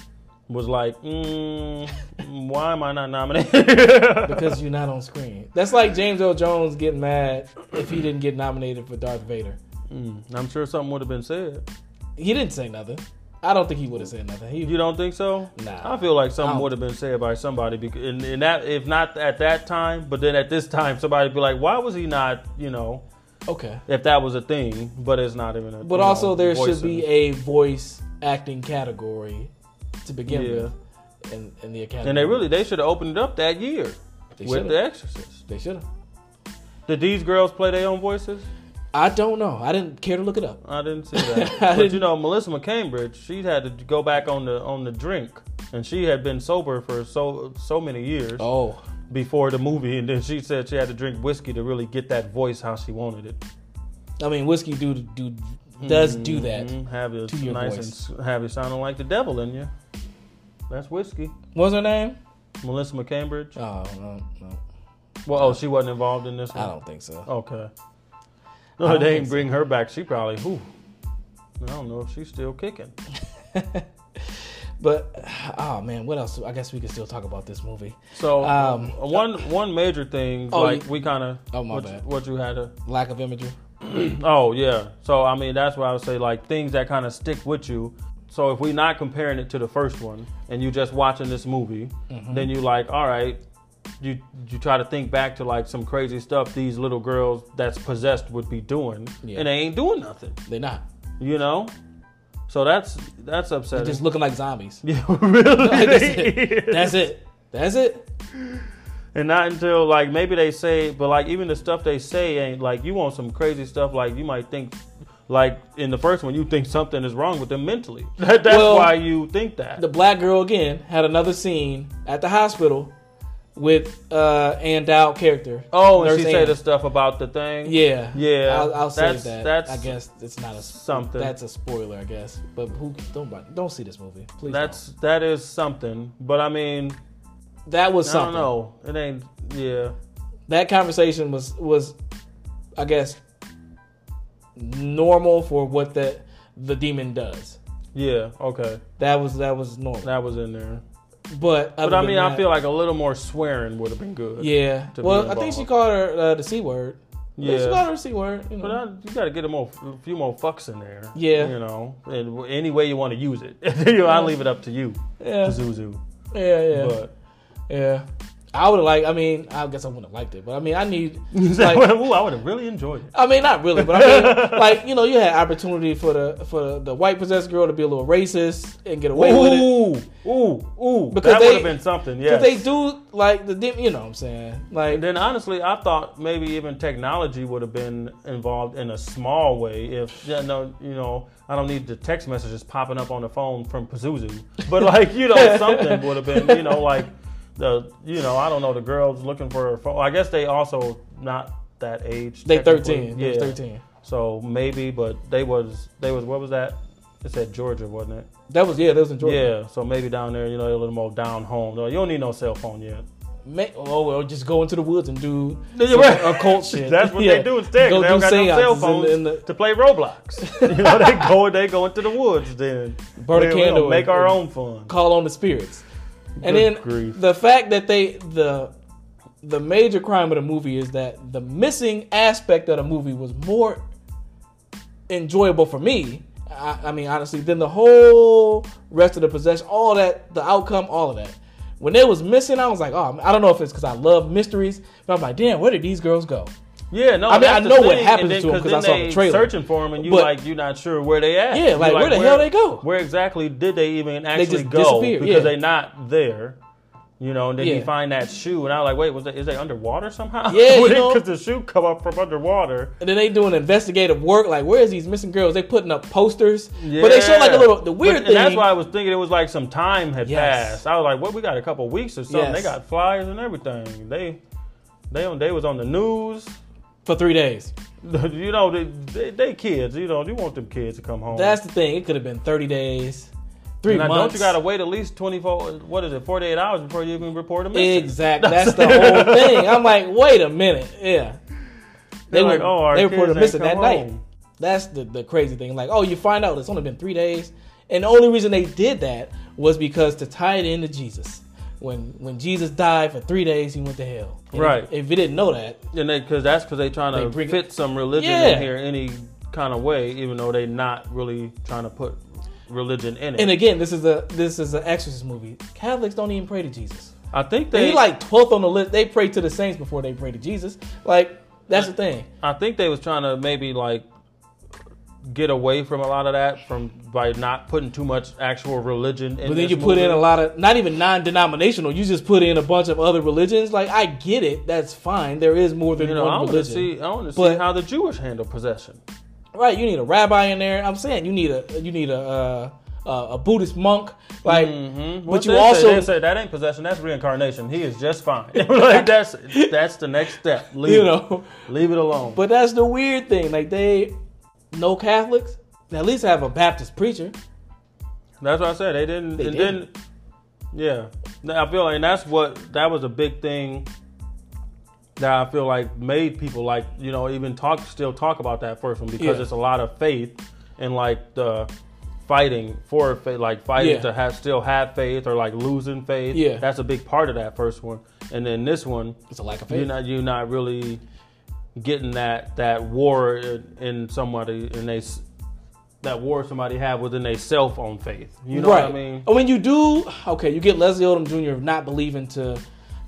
Speaker 2: was like, mm, *laughs* why am I not nominated? *laughs*
Speaker 1: because you're not on screen. That's like James Earl Jones getting mad if he didn't get nominated for Darth Vader.
Speaker 2: Mm, I'm sure something would have been said.
Speaker 1: He didn't say nothing. I don't think he would have said nothing. He,
Speaker 2: You don't think so?
Speaker 1: Nah.
Speaker 2: I feel like
Speaker 1: I
Speaker 2: something
Speaker 1: don't-
Speaker 2: would have been said by somebody because, and, and that if not at that time, but then at this time, somebody be like, "Why was he not?" You know,
Speaker 1: okay,
Speaker 2: if that was a thing, but it's not even. a
Speaker 1: but
Speaker 2: you
Speaker 1: also
Speaker 2: know,
Speaker 1: there
Speaker 2: voices.
Speaker 1: should be a voice acting category to begin
Speaker 2: Yeah.
Speaker 1: with in, in the academy.
Speaker 2: And they really they should have opened it up that year
Speaker 1: They
Speaker 2: with
Speaker 1: should've.
Speaker 2: The Exorcist.
Speaker 1: they should have.
Speaker 2: Did these girls play their own voices?
Speaker 1: I don't know. I didn't care to look it up.
Speaker 2: I didn't
Speaker 1: *laughs*
Speaker 2: see that.
Speaker 1: I
Speaker 2: but you
Speaker 1: didn't-
Speaker 2: know, Melissa McCambridge, she had to go back on the on the drink, and she had been sober for so so many years.
Speaker 1: Oh,
Speaker 2: before the movie, and then she said she had to drink whiskey to really get that voice how she wanted it.
Speaker 1: I mean, whiskey do do does do that.
Speaker 2: Mhm. Have it
Speaker 1: to your
Speaker 2: nice
Speaker 1: voice.
Speaker 2: and s- have it sounding like the devil in you. That's whiskey.
Speaker 1: What's her name?
Speaker 2: Melissa McCambridge.
Speaker 1: Oh no, no,
Speaker 2: Well, oh, she wasn't involved in this one.
Speaker 1: I don't think so.
Speaker 2: Okay.
Speaker 1: I
Speaker 2: No,
Speaker 1: don't
Speaker 2: they
Speaker 1: think
Speaker 2: ain't
Speaker 1: so.
Speaker 2: bring her back. She probably who. I don't know if she's still kicking.
Speaker 1: But oh man, what else? I guess we can still talk about this movie.
Speaker 2: So
Speaker 1: Um,
Speaker 2: one one major thing
Speaker 1: Oh,
Speaker 2: like
Speaker 1: you-
Speaker 2: we kind of
Speaker 1: Oh, my
Speaker 2: what,
Speaker 1: bad.
Speaker 2: what you had to
Speaker 1: Lack of imagery.
Speaker 2: Oh yeah. So I mean, that's why I would say like things that kind of stick with you. So if we're not comparing it to the first one, and you just watching this movie,
Speaker 1: Mm-hmm.
Speaker 2: then you like, all right, you you try to think back to like some crazy stuff these little girls that's possessed would be doing,
Speaker 1: Yeah.
Speaker 2: and they ain't doing nothing,
Speaker 1: They're not.
Speaker 2: you know. So that's that's
Speaker 1: They're
Speaker 2: upsetting.
Speaker 1: just looking like zombies.
Speaker 2: *laughs* yeah,
Speaker 1: *laughs*
Speaker 2: really.
Speaker 1: Like, that's,
Speaker 2: *laughs*
Speaker 1: it. that's it. That's it.
Speaker 2: And not until like maybe they say, but like even the stuff they say ain't like you want some crazy stuff. Like you might think, like in the first one, you think something is wrong with them mentally. *laughs* That, that's
Speaker 1: Well,
Speaker 2: why you think that.
Speaker 1: The black girl again had another scene at the hospital with uh Ann Dowd character.
Speaker 2: oh, and she
Speaker 1: Nurse
Speaker 2: said
Speaker 1: Ann.
Speaker 2: the stuff about the thing.
Speaker 1: Yeah.
Speaker 2: Yeah,
Speaker 1: I'll, I'll say
Speaker 2: that's-
Speaker 1: that.
Speaker 2: that's
Speaker 1: I guess it's not a
Speaker 2: something.
Speaker 1: That's a spoiler, I guess. But who don't buy- don't see this movie. Please.
Speaker 2: that's that is something. But I mean,
Speaker 1: don't. that was
Speaker 2: I
Speaker 1: something.
Speaker 2: don't know. It ain't. Yeah,
Speaker 1: That conversation was was I guess normal for what the the demon does.
Speaker 2: yeah. Okay,
Speaker 1: That was that was normal.
Speaker 2: that was in there.
Speaker 1: but
Speaker 2: But
Speaker 1: other
Speaker 2: I
Speaker 1: than
Speaker 2: mean, I
Speaker 1: that-
Speaker 2: feel like a little more swearing would have been good.
Speaker 1: Yeah.
Speaker 2: to be
Speaker 1: Well, I think
Speaker 2: involved.
Speaker 1: she called her uh, the c word. Yeah. She
Speaker 2: Yeah.
Speaker 1: called her c word. You know.
Speaker 2: But I, you got to get a, more, a few more fucks in there.
Speaker 1: Yeah.
Speaker 2: You know, and any way you want to use it. *laughs* you know, I leave it up to you,
Speaker 1: yeah.
Speaker 2: Zuzu.
Speaker 1: Yeah. Yeah.
Speaker 2: But
Speaker 1: *laughs* yeah. I would have liked. I mean, I guess I wouldn't have liked it, but I mean, I need. Like,
Speaker 2: Ooh, I would have really enjoyed it.
Speaker 1: I mean, not really, but I
Speaker 2: *laughs*
Speaker 1: mean, like you know, you had opportunity for the for the, the white possessed girl to be a little racist and get away with it.
Speaker 2: Ooh, ooh, ooh.
Speaker 1: Because
Speaker 2: that would
Speaker 1: they-
Speaker 2: have been something, yeah.
Speaker 1: Because they do like the dem- you know what I'm saying like
Speaker 2: And then honestly, I thought maybe even technology would have been involved in a small way. If yeah, no, you know, I don't need the text messages popping up on the phone from Pazuzu, but *laughs* like you know, something would have been you know like the you know I don't know the girls looking for her phone. I guess they also not that age.
Speaker 1: they
Speaker 2: technically.
Speaker 1: 13, they was 13.
Speaker 2: So maybe, but they was they was what was that? It said Georgia, wasn't it?
Speaker 1: That was yeah, that was in Georgia.
Speaker 2: Yeah. So maybe down there, you know, they're a little more down home. You don't need no cell phone yet.
Speaker 1: Ma- oh well, just go into the woods and do
Speaker 2: Yeah,
Speaker 1: some
Speaker 2: right.
Speaker 1: occult shit.
Speaker 2: *laughs* That's what
Speaker 1: Yeah.
Speaker 2: they do instead.
Speaker 1: Go
Speaker 2: 'cause they don't
Speaker 1: do
Speaker 2: got no cell
Speaker 1: seances
Speaker 2: phones
Speaker 1: in the- in the-
Speaker 2: to play Roblox. *laughs* you know, they go they go into the woods then.
Speaker 1: Burn a
Speaker 2: We- we gonna
Speaker 1: candle
Speaker 2: make
Speaker 1: and-
Speaker 2: our
Speaker 1: and-
Speaker 2: own fun.
Speaker 1: call on the spirits. And
Speaker 2: Good
Speaker 1: then
Speaker 2: grief.
Speaker 1: the fact that they the the major crime of the movie is that the missing aspect of the movie was more enjoyable for me. I, I mean, honestly, than the whole rest of the possession, all that, the outcome, all of that. When they was missing, I was like, oh, I don't know if it's because I love mysteries, but I'm like, damn, where did these girls go?
Speaker 2: Yeah, no.
Speaker 1: I mean,
Speaker 2: that's
Speaker 1: I
Speaker 2: the
Speaker 1: know what
Speaker 2: thing.
Speaker 1: happens
Speaker 2: And then-
Speaker 1: to 'em 'cause I
Speaker 2: then
Speaker 1: saw the
Speaker 2: they
Speaker 1: trailer.
Speaker 2: Searching for them, and you
Speaker 1: But-
Speaker 2: like you're not sure where they at.
Speaker 1: Yeah,
Speaker 2: You
Speaker 1: like, where the hell they go?
Speaker 2: Where exactly did they even actually
Speaker 1: just
Speaker 2: go?
Speaker 1: disappeared,
Speaker 2: Because
Speaker 1: yeah.
Speaker 2: they not there. You know, and then he
Speaker 1: Yeah.
Speaker 2: find that shoe, and I was like, wait, was that, is they underwater somehow? *laughs*
Speaker 1: Yeah, you know.
Speaker 2: because the shoe come up from underwater.
Speaker 1: And then they doing investigative work, like where is these missing girls? They putting up posters, but they show like a little the
Speaker 2: But-
Speaker 1: weird
Speaker 2: and
Speaker 1: thing.
Speaker 2: that's why I was thinking it was like some time had
Speaker 1: Yes.
Speaker 2: passed. I was like, "What? We got a couple weeks or something. They
Speaker 1: Yes.
Speaker 2: got flyers and everything. They, they on they was on the news. *laughs*
Speaker 1: for three days.
Speaker 2: you know, they, they, they kids. You know, you want them kids to come home.
Speaker 1: That's the thing. It could have been thirty days, three
Speaker 2: now,
Speaker 1: months.
Speaker 2: Don't you gotta wait at least twenty four? What is it? Forty eight hours before you even report them. *laughs*
Speaker 1: Exactly. That's the whole thing. I'm like, wait a minute. Yeah.
Speaker 2: They
Speaker 1: They
Speaker 2: like,
Speaker 1: were-
Speaker 2: oh, our
Speaker 1: they
Speaker 2: kids
Speaker 1: reported
Speaker 2: ain't
Speaker 1: missing
Speaker 2: come
Speaker 1: that night.
Speaker 2: home.
Speaker 1: That's the, the crazy thing. Like, oh, you find out it's only been three days. And the only reason they did that was because to tie it into Jesus. When when Jesus died for three days, he went to hell. And
Speaker 2: Right.
Speaker 1: If, if you didn't know that,
Speaker 2: And they, because that's because they trying
Speaker 1: They
Speaker 2: to
Speaker 1: bring it-
Speaker 2: fit some religion in
Speaker 1: Yeah.
Speaker 2: here any kind of way, even though they not really trying to put religion in it.
Speaker 1: and again, this is a this is an exorcist movie. Catholics don't even pray to Jesus.
Speaker 2: I think
Speaker 1: They
Speaker 2: they
Speaker 1: like twelfth on the list. They pray to the saints before they pray to Jesus. Like that's the thing.
Speaker 2: I think they was trying to maybe like get away from a lot of that from by not putting too much actual religion in.
Speaker 1: But then
Speaker 2: this
Speaker 1: you put in
Speaker 2: movie.
Speaker 1: a lot of not even non-denominational. You just put in a bunch of other religions. Like I get it, that's fine. There is more than
Speaker 2: You know,
Speaker 1: one
Speaker 2: I want to
Speaker 1: religion,
Speaker 2: see. I want to see
Speaker 1: But-
Speaker 2: how the Jewish handle possession.
Speaker 1: right? You need a rabbi in there. I'm saying you need a you need a uh, uh, a Buddhist monk, like.
Speaker 2: Mhm.
Speaker 1: Mm-hmm. But
Speaker 2: What
Speaker 1: you
Speaker 2: they
Speaker 1: also
Speaker 2: say, they say that ain't possession. That's reincarnation. He is just fine. *laughs* like that's that's the next step. Leave
Speaker 1: you
Speaker 2: it.
Speaker 1: know,
Speaker 2: leave it alone.
Speaker 1: but that's the weird thing. Like they, no Catholics. They At least have a Baptist preacher.
Speaker 2: That's what I said. They didn't.
Speaker 1: They
Speaker 2: and then, yeah, Now, I feel like that's what that was a big thing that I feel like made people like you know even talk still talk about that first one because
Speaker 1: Yeah.
Speaker 2: it's a lot of faith and like the fighting for faith, like fighting
Speaker 1: Yeah.
Speaker 2: to have still have faith or like losing faith.
Speaker 1: Yeah.
Speaker 2: that's a big part of that first one. And then this one,
Speaker 1: It's a lack of faith.
Speaker 2: you're not you're not really getting that that war in, in somebody and they s- that war somebody have within they self on faith. You know what I mean?
Speaker 1: And when you do, okay, you get Leslie Odom Jr. of not believing to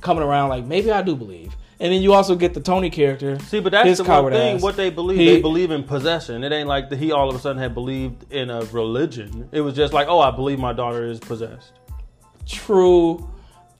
Speaker 1: coming around like maybe I do believe, and then you also get the Tony character.
Speaker 2: See, but that's
Speaker 1: his
Speaker 2: the one
Speaker 1: coward
Speaker 2: thing.
Speaker 1: ass.
Speaker 2: What they believe,
Speaker 1: He-
Speaker 2: they believe in possession. It ain't like the, he all of a sudden had believed in a religion. It was just like, oh, I believe my daughter is possessed.
Speaker 1: True.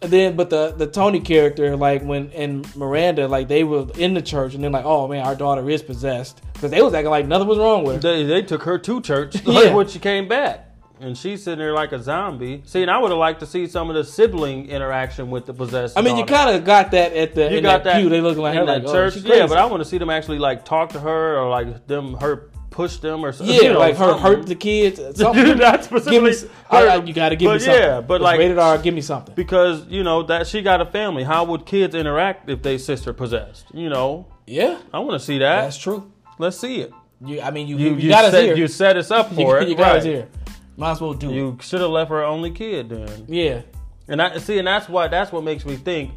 Speaker 1: And then, but the the Tony character, like when and Miranda, like they were in the church, and then like, oh man, our daughter is possessed because they was acting like nothing was wrong with her.
Speaker 2: They, they took her to church *laughs* like,
Speaker 1: Yeah.
Speaker 2: when she came back. And she's sitting there like a zombie. See, and I would have liked to see some of the sibling interaction with the possessed.
Speaker 1: I mean, you
Speaker 2: daughter.
Speaker 1: kind of got that at the
Speaker 2: you
Speaker 1: in
Speaker 2: got
Speaker 1: that,
Speaker 2: that,
Speaker 1: pew. They looking like
Speaker 2: in
Speaker 1: her,
Speaker 2: that
Speaker 1: like, oh,
Speaker 2: church.
Speaker 1: she
Speaker 2: yeah,
Speaker 1: crazy.
Speaker 2: but I want to see them actually like talk to her or like them her push them or something.
Speaker 1: yeah,
Speaker 2: you know,
Speaker 1: like her
Speaker 2: something.
Speaker 1: hurt the kids.
Speaker 2: Dude, *laughs*
Speaker 1: Something.
Speaker 2: that's
Speaker 1: give me,
Speaker 2: specifically.
Speaker 1: I,
Speaker 2: her-
Speaker 1: I- you got to give
Speaker 2: but
Speaker 1: me something.
Speaker 2: Yeah, but
Speaker 1: It's
Speaker 2: like
Speaker 1: rated R, give me something.
Speaker 2: because you know that she got a family. How would kids interact if they sister possessed? You know,
Speaker 1: yeah,
Speaker 2: I want to see that.
Speaker 1: that's true.
Speaker 2: Let's see it.
Speaker 1: You, I mean, you
Speaker 2: You,
Speaker 1: you,
Speaker 2: you,
Speaker 1: got us
Speaker 2: set,
Speaker 1: here.
Speaker 2: you set us
Speaker 1: *laughs*
Speaker 2: up
Speaker 1: You-
Speaker 2: for it.
Speaker 1: you got us
Speaker 2: right.
Speaker 1: here. Might as well do it.
Speaker 2: You should have left her only kid then.
Speaker 1: Yeah,
Speaker 2: And I see, and that's why that's what makes me think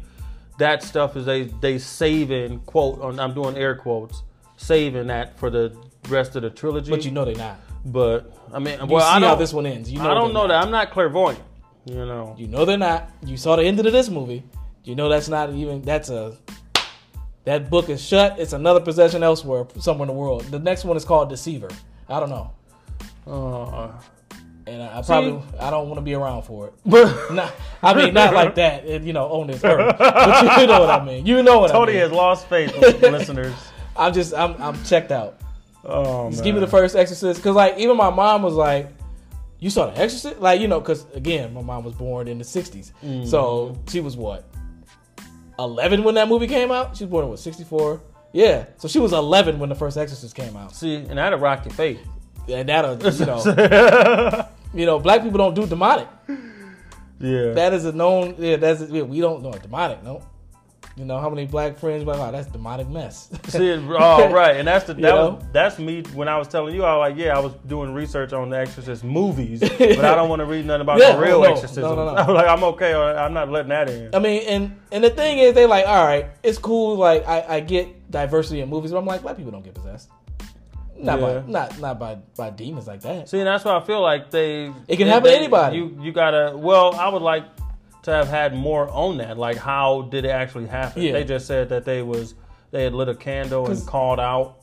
Speaker 2: that stuff is they they saving quote on I'm doing air quotes saving that for the rest of the trilogy.
Speaker 1: but you know they're not.
Speaker 2: but I mean,
Speaker 1: You
Speaker 2: well,
Speaker 1: see
Speaker 2: I don't.
Speaker 1: how this one ends. You know
Speaker 2: I don't
Speaker 1: they're
Speaker 2: know
Speaker 1: not.
Speaker 2: that I'm not clairvoyant. You know,
Speaker 1: You know they're not. You saw the end of this movie. You know that's not even. That's a. That book is shut. It's another possession elsewhere, somewhere in the world. The next one is called Deceiver. I don't know,
Speaker 2: uh,
Speaker 1: and I, I probably I don't want to be around for
Speaker 2: *laughs*
Speaker 1: it. *laughs*
Speaker 2: but
Speaker 1: Nah, I mean not like that. eh, You know, on this earth, but you know what I mean. You know what
Speaker 2: Tony
Speaker 1: I mean.
Speaker 2: has
Speaker 1: *laughs*
Speaker 2: lost faith, *laughs* listeners.
Speaker 1: I'm just I'm I'm checked out.
Speaker 2: Oh,
Speaker 1: Just give me the first Exorcist, because like even my mom was like, "You saw the Exorcist?" Like you know, because again, my mom was born in the '60s, so she was what 11 when that movie came out. She was born in what '64. Yeah, so she was 11 when the first Exorcist came out,
Speaker 2: See, and that'll rock
Speaker 1: *laughs*
Speaker 2: your faith.
Speaker 1: and that'll you know, you know, black people don't do demonic.
Speaker 2: yeah.
Speaker 1: That is a known. Yeah, that's yeah, we don't know demonic. No, you know how many black friends? Like, oh, that's demonic mess. *laughs*
Speaker 2: *laughs* See, it- oh, right, and that's the that
Speaker 1: You know?
Speaker 2: was, that's me when I was telling you I was like, yeah, I was doing research on the
Speaker 1: *laughs*
Speaker 2: Exorcist movies, but I don't want to read nothing about
Speaker 1: Yeah,
Speaker 2: the real
Speaker 1: no, no,
Speaker 2: exorcisms.
Speaker 1: no, no.
Speaker 2: *laughs* I'm like, I'm okay, or I'm not letting that in.
Speaker 1: I mean, and and the thing is, they like, all right, it's cool. Like, I, I get diversity in movies, but I'm like, black people don't get possessed. Not
Speaker 2: Yeah.
Speaker 1: by not not by by demons like that.
Speaker 2: See, and that's why I feel like they
Speaker 1: It can
Speaker 2: they-
Speaker 1: happen to
Speaker 2: they-
Speaker 1: anybody.
Speaker 2: You you gotta. Well, I would like to have had more on that. Like, how did it actually happen?
Speaker 1: Yeah.
Speaker 2: They just said that they was they had lit a candle and
Speaker 1: 'Cause-
Speaker 2: called out.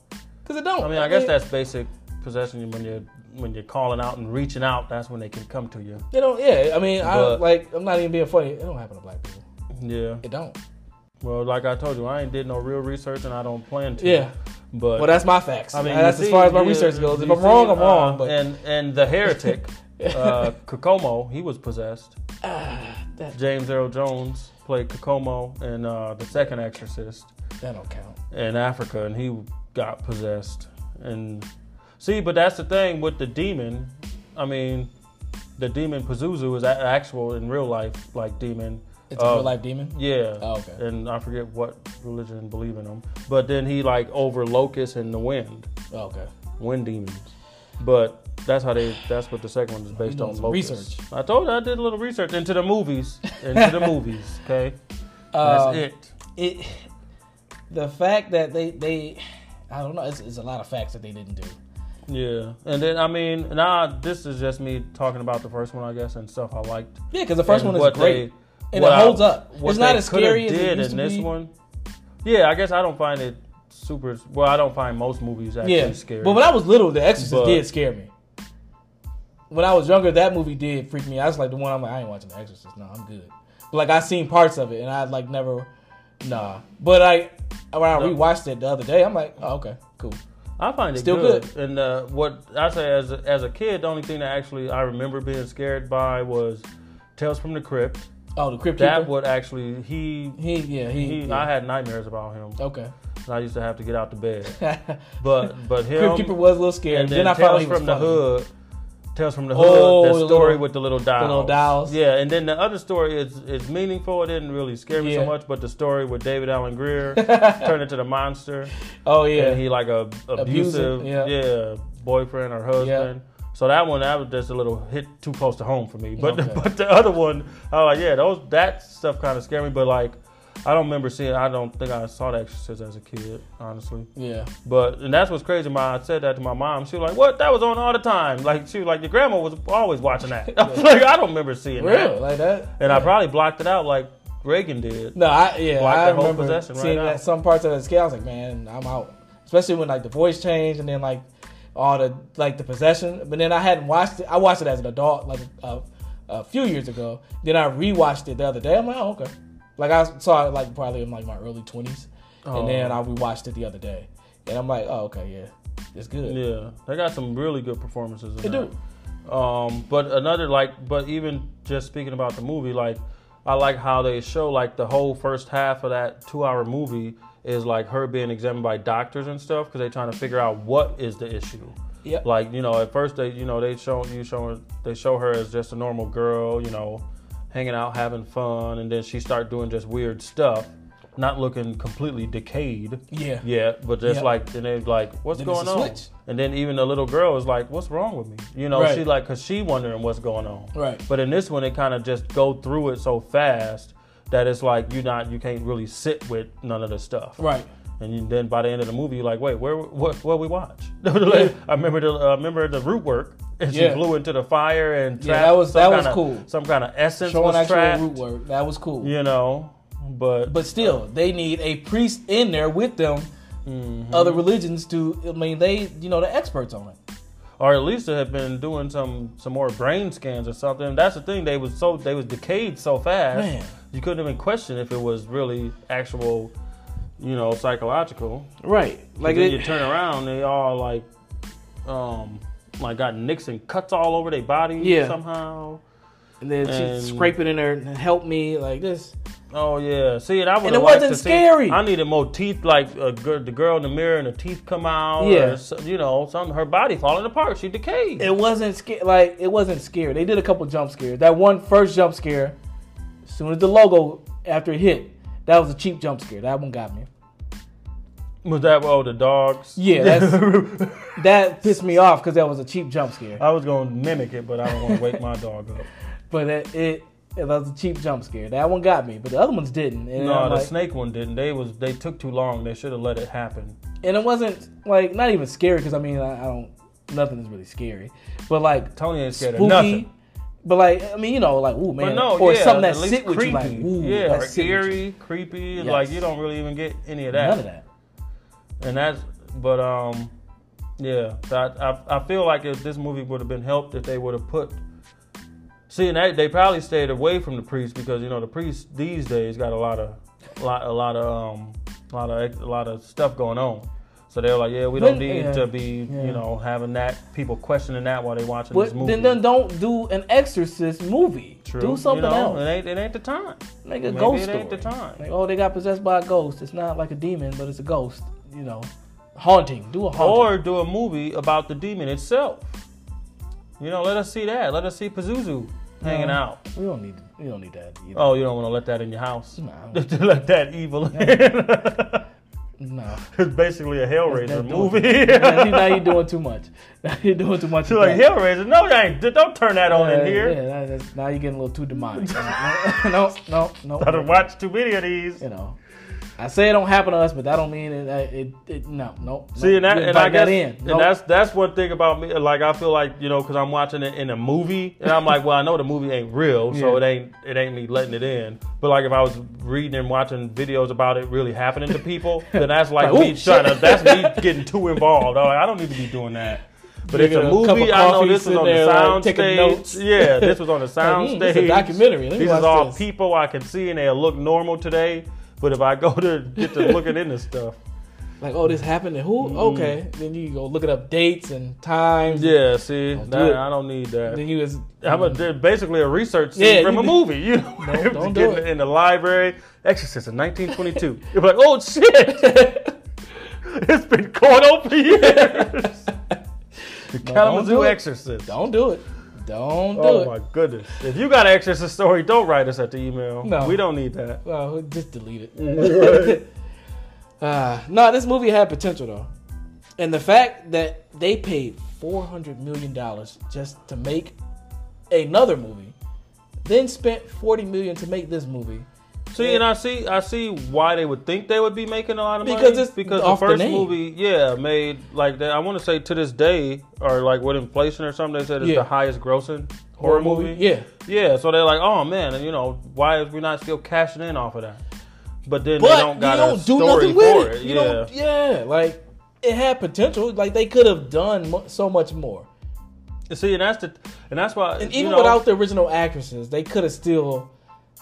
Speaker 1: Cause it don't.
Speaker 2: I mean, I guess that's basic possession when you're when you're calling out and reaching out. That's when they can come to you.
Speaker 1: they don't. Yeah, I mean, I
Speaker 2: But-
Speaker 1: like. I'm not even being funny. It don't happen to black people.
Speaker 2: Yeah.
Speaker 1: It don't.
Speaker 2: Well, like I told you, I ain't did no real research and I don't plan to.
Speaker 1: Yeah.
Speaker 2: But
Speaker 1: Well, that's my facts.
Speaker 2: I mean,
Speaker 1: that's
Speaker 2: you
Speaker 1: as
Speaker 2: see-
Speaker 1: far as my
Speaker 2: you-
Speaker 1: research goes. If
Speaker 2: you
Speaker 1: I'm wrong,
Speaker 2: see,
Speaker 1: I'm wrong.
Speaker 2: uh,
Speaker 1: But
Speaker 2: and and the heretic,
Speaker 1: *laughs*
Speaker 2: uh, Kokomo, he was possessed.
Speaker 1: ah, that,
Speaker 2: James Earl Jones played Kokomo in uh, the second Exorcist
Speaker 1: that don't count.
Speaker 2: in Africa, and he got possessed. And see, but that's the thing with the demon. I mean, the demon Pazuzu is a- actual in real life, like demon.
Speaker 1: It's a
Speaker 2: Uh,
Speaker 1: real life demon.
Speaker 2: Yeah.
Speaker 1: Oh, okay.
Speaker 2: And I forget what religion believe in him. But then he like over locusts and the wind,
Speaker 1: Oh, okay.
Speaker 2: wind demons. But that's how they. That's what the second one is based
Speaker 1: doing
Speaker 2: on.
Speaker 1: some
Speaker 2: locusts.
Speaker 1: research.
Speaker 2: I told you I did a little research into the movies.
Speaker 1: *laughs*
Speaker 2: Into the movies. Okay. That's
Speaker 1: Um,
Speaker 2: it.
Speaker 1: it the fact that they they I don't know it's, it's a lot of facts that they didn't do.
Speaker 2: Yeah. And then I mean, nah. This is just me talking about the first one, I guess, and stuff I liked.
Speaker 1: Yeah, because the first
Speaker 2: and
Speaker 1: one is
Speaker 2: what
Speaker 1: great
Speaker 2: they-
Speaker 1: and it
Speaker 2: what I-
Speaker 1: holds up.
Speaker 2: what
Speaker 1: It's not
Speaker 2: they
Speaker 1: as scary
Speaker 2: coulda
Speaker 1: as it
Speaker 2: did
Speaker 1: used
Speaker 2: in
Speaker 1: to
Speaker 2: this
Speaker 1: be.
Speaker 2: one. Yeah, I guess I don't find it super. Well, I don't find most movies actually
Speaker 1: yeah,
Speaker 2: scary.
Speaker 1: but when I was little, The Exorcist
Speaker 2: But-
Speaker 1: did scare me. When I was younger, that movie did freak me. out. I was like the one I'm like I ain't watching The Exorcist. No, I'm good. But like I seen parts of it and I like never, nah. But I when I
Speaker 2: No.
Speaker 1: rewatched it the other day, I'm like, oh okay, cool.
Speaker 2: I find it
Speaker 1: Still
Speaker 2: good. And uh, what I say as a, as a kid, the only thing that actually I remember being scared by was Tales from the Crypt.
Speaker 1: Oh, the Crypt
Speaker 2: That
Speaker 1: Keeper?
Speaker 2: would actually he
Speaker 1: He yeah he,
Speaker 2: he.
Speaker 1: yeah.
Speaker 2: I had nightmares about him.
Speaker 1: okay.
Speaker 2: And I used to have to get out
Speaker 1: *laughs*
Speaker 2: the bed. But but him.
Speaker 1: Crypt Keeper was a little scary.
Speaker 2: and
Speaker 1: Then,
Speaker 2: then,
Speaker 1: I found out
Speaker 2: Tales
Speaker 1: he was
Speaker 2: from the
Speaker 1: funny.
Speaker 2: Hood. Tales from the Hood.
Speaker 1: Oh, the
Speaker 2: that story
Speaker 1: little-
Speaker 2: with the little dolls.
Speaker 1: little dolls.
Speaker 2: Yeah, and then the other story is is meaningful. It didn't really scare me
Speaker 1: Yeah.
Speaker 2: so much, but the story with David
Speaker 1: *laughs*
Speaker 2: Allen Greer turned into the monster.
Speaker 1: Oh yeah,
Speaker 2: and he like a abusive,
Speaker 1: Abusive, yeah.
Speaker 2: yeah. boyfriend or husband. So that one, that was just a little hit too close to home for me. But
Speaker 1: Okay.
Speaker 2: but the other one, I was like, yeah, those that stuff kind of scared me. But like, I don't remember seeing. I don't think I saw The Exorcist as a kid, honestly.
Speaker 1: yeah.
Speaker 2: But and that's what's crazy. My I said that to my mom. She was like, "What? That was on all the time." Like she was like, "Your grandma was always watching that." *laughs* I was like, "I don't remember seeing
Speaker 1: Real
Speaker 2: that."
Speaker 1: like that.
Speaker 2: And I probably blocked it out like Reagan did.
Speaker 1: no, I yeah,
Speaker 2: Blocked
Speaker 1: I
Speaker 2: that whole
Speaker 1: remember
Speaker 2: possession right
Speaker 1: seeing
Speaker 2: out.
Speaker 1: that some parts of the scale. I was like, man, I'm out. Especially when like the voice changed and then like all the like the possession. But then I hadn't watched it. I watched it as an adult like a, a few years ago. Then I rewatched it the other day. I'm like, oh okay. Like I saw it like probably in like my early 20s,
Speaker 2: Oh.
Speaker 1: and then I rewatched it the other day, and I'm like, oh okay, yeah, it's good.
Speaker 2: Yeah, they got some really good performances. In
Speaker 1: They
Speaker 2: that.
Speaker 1: do.
Speaker 2: Um, but another like, but even just speaking about the movie, like I like how they show like the whole first half of that two-hour movie is like her being examined by doctors and stuff because they're trying to figure out what is the issue.
Speaker 1: Yep.
Speaker 2: Like you know, at first they you know they show you show they show her as just a normal girl, you know, hanging out having fun, and then she start doing just weird stuff, not looking completely decayed.
Speaker 1: Yeah.
Speaker 2: Yeah, but just
Speaker 1: Yep.
Speaker 2: like and they're like, what's
Speaker 1: Then it's
Speaker 2: going
Speaker 1: a
Speaker 2: on?
Speaker 1: switch.
Speaker 2: And then even the little girl is like, what's wrong with me? You know,
Speaker 1: Right.
Speaker 2: she like, cause she wondering what's going on.
Speaker 1: Right.
Speaker 2: But in this one, it kind of just go through it so fast that it's like you not you can't really sit with none of the stuff.
Speaker 1: Right.
Speaker 2: And you, then by the end of the movie, you're like, wait, where what what we watch? *laughs* I remember the I remember the root work, and she
Speaker 1: Yeah.
Speaker 2: blew into the fire and
Speaker 1: Yeah, that
Speaker 2: trapped
Speaker 1: was-
Speaker 2: some
Speaker 1: that was
Speaker 2: kinda-
Speaker 1: cool.
Speaker 2: Some kind of essence
Speaker 1: Showing
Speaker 2: was
Speaker 1: actual
Speaker 2: trapped.
Speaker 1: root word. That was cool.
Speaker 2: You know, but
Speaker 1: But still, they need a priest in there with them. Other religions to, I mean, they, you know, the experts on it.
Speaker 2: or at least they have been doing some some more brain scans or something. That's the thing; they was so they was decayed so fast,
Speaker 1: Man.
Speaker 2: you couldn't even question if it was really actual, you know, psychological.
Speaker 1: Right.
Speaker 2: Like then you turn around, they all like, um, like got Nixon cuts all over their body
Speaker 1: Yeah.
Speaker 2: somehow.
Speaker 1: and then
Speaker 2: and-
Speaker 1: she's scraping in there and help me like this.
Speaker 2: Oh yeah, see, and I would.
Speaker 1: it wasn't scary.
Speaker 2: I needed more teeth, like a gir- the girl in the mirror and the teeth come out.
Speaker 1: Yeah.
Speaker 2: or so- you know, some her body falling apart. She decayed.
Speaker 1: It wasn't sca- like it wasn't scary. They did a couple jump scares. That one first jump scare, as soon as the logo after it hit, that was a cheap jump scare. That one got me.
Speaker 2: was that oh the dogs?
Speaker 1: Yeah, that's,
Speaker 2: *laughs*
Speaker 1: *laughs* that pissed me off because that was a cheap jump scare.
Speaker 2: I was gonna mimic it, but I don't want to *laughs* wake my dog up.
Speaker 1: But it, it, it was a cheap jump scare. That one got me, but the other ones didn't. And,
Speaker 2: no,
Speaker 1: I'm
Speaker 2: the
Speaker 1: like-
Speaker 2: snake one didn't. They was they took too long. They should have let it happen.
Speaker 1: and it wasn't like not even scary because I mean I, I don't nothing is really scary, but like
Speaker 2: Tony ain't scared
Speaker 1: spooky.
Speaker 2: of nothing.
Speaker 1: But like I mean you know like ooh
Speaker 2: But
Speaker 1: man
Speaker 2: no,
Speaker 1: or
Speaker 2: yeah,
Speaker 1: something
Speaker 2: at
Speaker 1: that
Speaker 2: least
Speaker 1: sit with you like
Speaker 2: creepy.
Speaker 1: ooh
Speaker 2: yeah,
Speaker 1: that
Speaker 2: or
Speaker 1: sit with you.
Speaker 2: eery, creepy. Like
Speaker 1: Yes.
Speaker 2: you don't really even get any of that.
Speaker 1: none of that.
Speaker 2: And that's but um, yeah. That I I feel like if this movie would have been helped if they would have put See, and they, they probably stayed away from the priest because you know the priest these days got a lot of, lot, a lot of, um, a lot of, a lot of stuff going on. So they're like, yeah, we don't
Speaker 1: But-
Speaker 2: need
Speaker 1: yeah,
Speaker 2: to be,
Speaker 1: yeah.
Speaker 2: you know, having that people questioning that while they watching this
Speaker 1: But
Speaker 2: movie.
Speaker 1: then, then don't do an exorcist movie.
Speaker 2: True.
Speaker 1: Do something
Speaker 2: you know,
Speaker 1: else.
Speaker 2: It ain't, it ain't the time.
Speaker 1: Make a
Speaker 2: Maybe
Speaker 1: ghost
Speaker 2: it
Speaker 1: story.
Speaker 2: ain't the time.
Speaker 1: Like, oh, they got possessed by a ghost. It's not like a demon, but it's a ghost. You know, haunting. Do a haunting.
Speaker 2: Or do a movie about the demon itself. You know, let us see that. Let us see Pazuzu hanging
Speaker 1: No.
Speaker 2: out.
Speaker 1: we don't need. We don't need that. Either.
Speaker 2: Oh, you don't want to let that in your house.
Speaker 1: No, I
Speaker 2: *laughs* to let that evil in. *laughs*
Speaker 1: no.
Speaker 2: it's basically a Hellraiser
Speaker 1: That's
Speaker 2: movie.
Speaker 1: now, you- now you're doing too much. Now you're doing too much.
Speaker 2: She's
Speaker 1: with
Speaker 2: *laughs* like,
Speaker 1: that.
Speaker 2: Hellraiser? No, that ain't, don't turn that on
Speaker 1: Yeah,
Speaker 2: in here.
Speaker 1: Yeah, that- that's, now you're getting a little too demonic. *laughs* no, no, no.
Speaker 2: I done watched too many of these.
Speaker 1: You know, I say it don't happen to us, but that don't mean it. It, it, it no, no.
Speaker 2: See,
Speaker 1: no.
Speaker 2: and, that,
Speaker 1: You
Speaker 2: and I
Speaker 1: invite that
Speaker 2: guess,
Speaker 1: in.
Speaker 2: and
Speaker 1: Nope.
Speaker 2: that's that's one thing about me. Like, I feel like you know, because I'm watching it in a movie, and I'm like, well, I know the movie ain't real, so
Speaker 1: Yeah.
Speaker 2: it ain't it ain't me letting it in. But like, if I was reading and watching videos about it really happening
Speaker 1: *laughs*
Speaker 2: to people, then that's like,
Speaker 1: Like,
Speaker 2: me
Speaker 1: ooh,
Speaker 2: trying to
Speaker 1: shit. *laughs*
Speaker 2: that's me getting too involved. I'm like, I don't need to be doing that. But it's
Speaker 1: Drinking
Speaker 2: a
Speaker 1: a cup of
Speaker 2: movie. I know
Speaker 1: coffee,
Speaker 2: this was
Speaker 1: sitting
Speaker 2: on the
Speaker 1: there, like,
Speaker 2: sound
Speaker 1: taking
Speaker 2: stage.
Speaker 1: notes.
Speaker 2: Yeah, this was on the
Speaker 1: *laughs*
Speaker 2: sound
Speaker 1: Like, hmm,
Speaker 2: stage.
Speaker 1: this a documentary. Let me
Speaker 2: These
Speaker 1: watch
Speaker 2: is all
Speaker 1: this.
Speaker 2: people I can see, and they look normal today. But if I go to get to looking
Speaker 1: *laughs*
Speaker 2: into stuff,
Speaker 1: like, oh, this happened to who? Okay, then you go looking up dates and times.
Speaker 2: Mm-hmm. Yeah, see,
Speaker 1: Don't do
Speaker 2: that-
Speaker 1: it.
Speaker 2: I don't need that.
Speaker 1: Then you is
Speaker 2: I'm a, they're basically a research scene
Speaker 1: Yeah,
Speaker 2: from
Speaker 1: you
Speaker 2: a
Speaker 1: do-
Speaker 2: movie. You know, *laughs*
Speaker 1: No, don't
Speaker 2: Get
Speaker 1: do
Speaker 2: in
Speaker 1: it.
Speaker 2: the- in the library. Exorcist
Speaker 1: *laughs*
Speaker 2: in 1922. You're like, oh shit, *laughs* it's been going on for years.
Speaker 1: *laughs*
Speaker 2: the
Speaker 1: No, don't
Speaker 2: Kalamazoo
Speaker 1: do it.
Speaker 2: Exorcist.
Speaker 1: Don't do it. Don't do
Speaker 2: oh
Speaker 1: it.
Speaker 2: my goodness! If you got an Exorcist story, don't write us at the email.
Speaker 1: No.
Speaker 2: we don't need that.
Speaker 1: Well, just delete it. *laughs* uh, no, this movie had potential though, and the fact that they paid four hundred million dollars just to make another movie, then spent forty million to make this movie.
Speaker 2: See, and I see, I see why they would think they would be making a lot of money
Speaker 1: Because it's
Speaker 2: because
Speaker 1: off
Speaker 2: the
Speaker 1: the
Speaker 2: first
Speaker 1: name.
Speaker 2: movie, yeah, made like that. I want to say to this day, or like with inflation or something, they said it's
Speaker 1: Yeah.
Speaker 2: the highest grossing horror, movie.
Speaker 1: yeah.
Speaker 2: yeah. So they're like, oh man, and you know, why is we not still cashing in off of that? But then
Speaker 1: But
Speaker 2: they don't got
Speaker 1: you don't
Speaker 2: a
Speaker 1: do
Speaker 2: story
Speaker 1: nothing with
Speaker 2: for
Speaker 1: it.
Speaker 2: it.
Speaker 1: You
Speaker 2: yeah,
Speaker 1: don't, yeah, like it had potential. Like they could have done mu- so much more.
Speaker 2: see, and that's the, and that's why,
Speaker 1: And
Speaker 2: you
Speaker 1: even
Speaker 2: know,
Speaker 1: without the original actresses, they could have still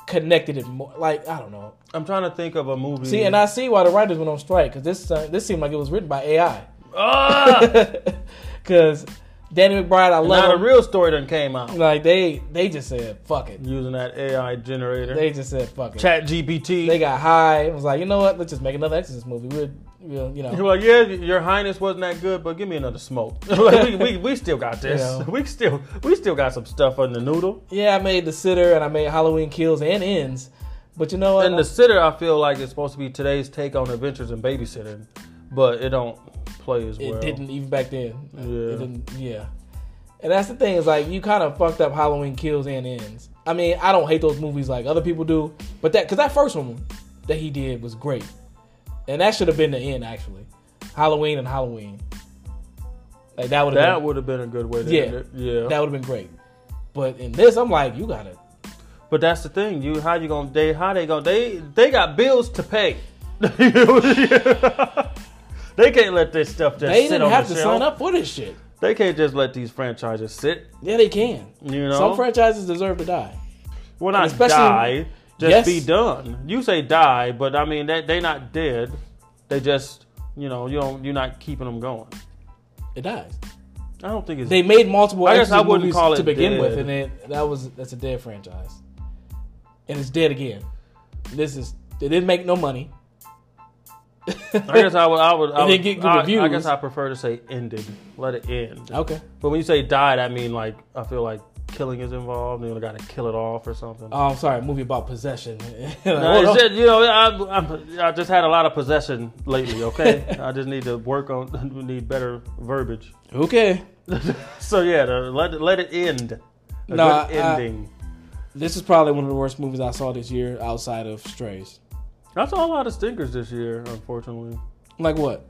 Speaker 1: connected it more. Like I don't know.
Speaker 2: I'm trying to think of a movie.
Speaker 1: See, and I see why the writers went on strike because this uh, this seemed like it was written by *laughs* AI.
Speaker 2: *laughs* ah,
Speaker 1: Because Danny McBride, I
Speaker 2: now the
Speaker 1: love him.
Speaker 2: real story done came out
Speaker 1: Like they they just said fuck it.
Speaker 2: using that AI generator,
Speaker 1: They just said fuck it.
Speaker 2: Chat GPT.
Speaker 1: They got high. It was like you know what? Let's just make another Exorcist movie. We'll we'll, you
Speaker 2: *laughs* You're
Speaker 1: know.
Speaker 2: like, yeah, your highness wasn't that good, but give me another smoke. *laughs* like, we, we, we still got this.
Speaker 1: Yeah.
Speaker 2: *laughs* We still we still got some stuff on the noodle.
Speaker 1: Yeah, I made The Sitter and I made Halloween Kills and Ends. But you know what?
Speaker 2: And the sitter, I feel like is supposed to be today's take on adventures in babysitting, but it don't play as
Speaker 1: it
Speaker 2: well.
Speaker 1: didn't even back then. Yeah.
Speaker 2: Yeah.
Speaker 1: It didn't, yeah. And that's the thing is like you kind of fucked up Halloween Kills and Ends. I mean, I don't hate those movies like other people do, but that because that first one that he did was great, and that should have been the end actually. Halloween and Halloween, like that would have
Speaker 2: That
Speaker 1: been
Speaker 2: would have been a good way to
Speaker 1: Yeah.
Speaker 2: end it. Yeah.
Speaker 1: that would have been great. But in this, I'm like, you gotta
Speaker 2: but that's the thing. You how you gonna they how they gonna they they got bills to pay. *laughs* they can't let this stuff just
Speaker 1: they
Speaker 2: sit
Speaker 1: didn't
Speaker 2: on
Speaker 1: have
Speaker 2: the
Speaker 1: to
Speaker 2: shelf.
Speaker 1: sign up for this shit.
Speaker 2: They can't just let these franchises sit.
Speaker 1: Yeah, they can.
Speaker 2: You know,
Speaker 1: Some franchises deserve to die.
Speaker 2: Well, not
Speaker 1: especially-
Speaker 2: die, just
Speaker 1: Yes.
Speaker 2: be done. You say die, but I mean that they not dead. They just, you know, you don't, you're not keeping them going.
Speaker 1: It dies.
Speaker 2: I don't think it's.
Speaker 1: They made multiple
Speaker 2: I guess
Speaker 1: Exorcist
Speaker 2: I wouldn't
Speaker 1: movies
Speaker 2: call it
Speaker 1: to begin
Speaker 2: dead.
Speaker 1: with, and then that was that's a dead franchise, and it's dead again. This is it didn't make no money. *laughs*
Speaker 2: I guess I would. I would. I,
Speaker 1: And they
Speaker 2: would
Speaker 1: get good
Speaker 2: I, I
Speaker 1: reviews.
Speaker 2: guess I prefer to say ended. Let it end.
Speaker 1: Okay.
Speaker 2: But when you say died, I mean like I feel like killing is involved. You got to kill it off or something.
Speaker 1: Oh, I'm sorry. A movie about possession. *laughs* Like,
Speaker 2: No,
Speaker 1: hold on.
Speaker 2: it's just, you know, I, I'm, I just had a lot of possession
Speaker 1: *laughs*
Speaker 2: lately. Okay, I just need to work on. *laughs* We need better verbiage.
Speaker 1: okay.
Speaker 2: So yeah, the, let it- let it end. A
Speaker 1: Nah,
Speaker 2: good
Speaker 1: I-
Speaker 2: ending.
Speaker 1: This is probably one of the worst movies I saw this year outside of Strays.
Speaker 2: I saw a lot of stinkers this year, unfortunately.
Speaker 1: Like what?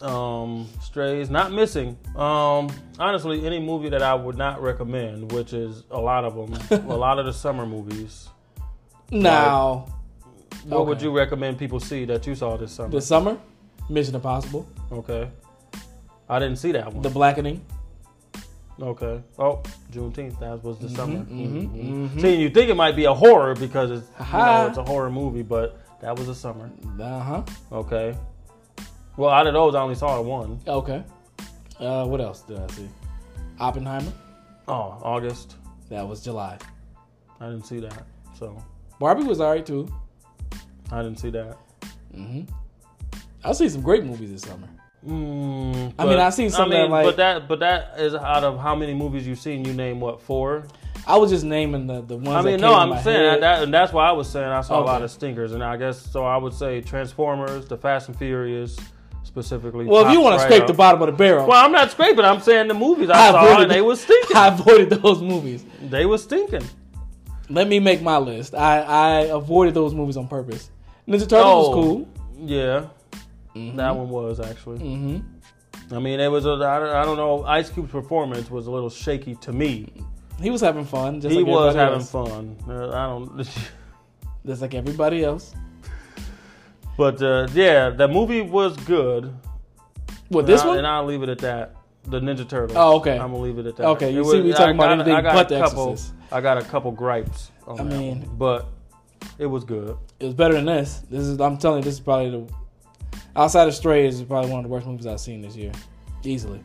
Speaker 2: Um, strays not missing. Um, honestly, any movie that I would not recommend, which is a lot of them, a lot of the summer movies.
Speaker 1: Now
Speaker 2: What would
Speaker 1: Okay.
Speaker 2: you recommend people see that you saw this summer?
Speaker 1: the summer, Mission Impossible,
Speaker 2: okay, I didn't see that one.
Speaker 1: The Blackening,
Speaker 2: Okay. Oh, Juneteenth. That was the summer. Mm-hmm,
Speaker 1: mhm, mhm.
Speaker 2: See, you think it might be a horror because it's you
Speaker 1: Ha-ha.
Speaker 2: know, it's a horror movie, but that was the summer.
Speaker 1: Uh huh.
Speaker 2: Okay. Well, out of those, I only saw one.
Speaker 1: Okay. Uh, what else did I see? Oppenheimer.
Speaker 2: Oh, August.
Speaker 1: That was July.
Speaker 2: I didn't see that. So
Speaker 1: Barbie was alright too.
Speaker 2: I didn't see that. Mm-hmm.
Speaker 1: hmm I've seen some great movies this summer.
Speaker 2: Mm,
Speaker 1: I mean, I seen some that, like-
Speaker 2: but that, but that is out of how many movies you've seen? You name what four?
Speaker 1: I was just naming the the ones.
Speaker 2: I
Speaker 1: that
Speaker 2: mean, no,
Speaker 1: came to
Speaker 2: I'm
Speaker 1: my
Speaker 2: saying
Speaker 1: head.
Speaker 2: that, and that's why I was saying I saw a lot
Speaker 1: Okay.
Speaker 2: of stinkers, and I guess so. I would say Transformers, The Fast and Furious, specifically.
Speaker 1: Well, if you
Speaker 2: tops
Speaker 1: want
Speaker 2: right
Speaker 1: to scrape
Speaker 2: up.
Speaker 1: the bottom of the barrel,
Speaker 2: Well, I'm not scraping. I'm saying the movies I,
Speaker 1: I
Speaker 2: saw,
Speaker 1: avoided
Speaker 2: and they
Speaker 1: it.
Speaker 2: was
Speaker 1: *laughs*
Speaker 2: stinking.
Speaker 1: I avoided those movies.
Speaker 2: They was stinking.
Speaker 1: Let me make my list. I I avoided those movies on purpose. Ninja Turtles was
Speaker 2: Oh.
Speaker 1: cool.
Speaker 2: Yeah,
Speaker 1: Mhm.
Speaker 2: that one was actually.
Speaker 1: hmm
Speaker 2: I mean, it was. A, I, don't, I don't know. Ice Cube's performance was a little shaky to me.
Speaker 1: He was having fun. Just
Speaker 2: he
Speaker 1: like
Speaker 2: was
Speaker 1: everybody
Speaker 2: having
Speaker 1: else.
Speaker 2: fun. Uh, I don't. *laughs*
Speaker 1: Just like everybody else.
Speaker 2: But uh, yeah, the movie was good.
Speaker 1: What this
Speaker 2: and I,
Speaker 1: one?
Speaker 2: and I'll leave it at that. The Ninja Turtles.
Speaker 1: Oh, okay.
Speaker 2: I'm gonna leave it at that.
Speaker 1: Okay, you
Speaker 2: It
Speaker 1: see, we talking about
Speaker 2: a-
Speaker 1: anything but The
Speaker 2: couple.
Speaker 1: Exorcist.
Speaker 2: I got a couple gripes. On
Speaker 1: I
Speaker 2: that
Speaker 1: mean-
Speaker 2: one, but it was good.
Speaker 1: it was better than this. This is I'm telling you, this is probably the outside of Stray is probably one of the worst movies I've seen this year, easily.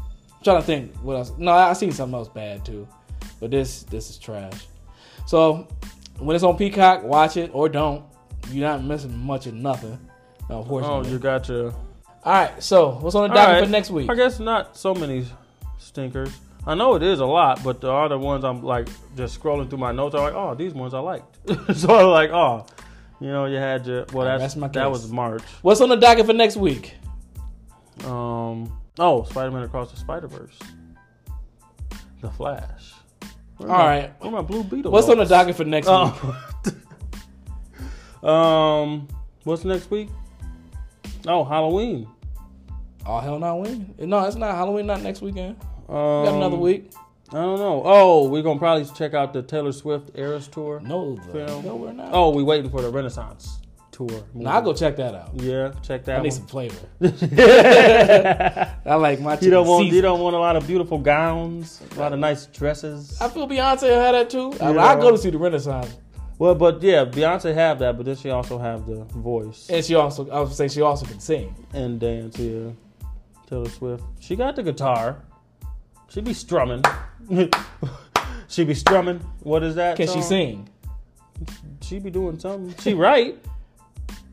Speaker 1: I'm trying to think what else. No, I I seen something else bad too, but this this is trash. So when it's on Peacock, watch it or don't. You're not missing much of nothing,
Speaker 2: Oh,
Speaker 1: unfortunately.
Speaker 2: you got your.
Speaker 1: All right, so what's on the
Speaker 2: All
Speaker 1: docket
Speaker 2: right.
Speaker 1: for next week?
Speaker 2: I guess not so many stinkers. I know it is a lot, but the other ones I'm like just scrolling through my notes. I'm like, oh, these ones I liked. *laughs* so I'm like, oh, you know, you had your. Well,
Speaker 1: I
Speaker 2: that's
Speaker 1: rest my
Speaker 2: that
Speaker 1: case.
Speaker 2: was March.
Speaker 1: What's on the docket for next week?
Speaker 2: Um. Oh, Spider-Man Across the Spider-Verse. The Flash. All
Speaker 1: All right.
Speaker 2: Where my Blue Beetle?
Speaker 1: What's on the
Speaker 2: notes?
Speaker 1: docket for next week?
Speaker 2: *laughs* Oh. um. What's next week? Oh, Halloween.
Speaker 1: Oh hell, not Halloween. No, it's not Halloween. Not next weekend.
Speaker 2: Um,
Speaker 1: We got another week.
Speaker 2: I don't know. Oh, we're gonna probably check out the Taylor Swift Eras tour.
Speaker 1: No,
Speaker 2: Well,
Speaker 1: no, we're not.
Speaker 2: Oh, we waiting for the Renaissance tour. movie.
Speaker 1: Now I'll go check that out.
Speaker 2: Yeah, check that
Speaker 1: I need
Speaker 2: one.
Speaker 1: some flavor. I like my
Speaker 2: *laughs* You
Speaker 1: chicken
Speaker 2: don't want you
Speaker 1: seasoned.
Speaker 2: don't want a lot of beautiful gowns, a lot of nice dresses.
Speaker 1: I feel Beyonce had that too. I,
Speaker 2: You
Speaker 1: I
Speaker 2: know.
Speaker 1: go to see the Renaissance,
Speaker 2: Well, but yeah, Beyonce have that, but then she also have the voice
Speaker 1: and she also I would say she also can sing.
Speaker 2: and dance. Yeah, Taylor Swift. She got the guitar. She be strumming. *laughs* she be strumming. What is that?
Speaker 1: Can she
Speaker 2: song?
Speaker 1: sing?
Speaker 2: She be doing something. She right.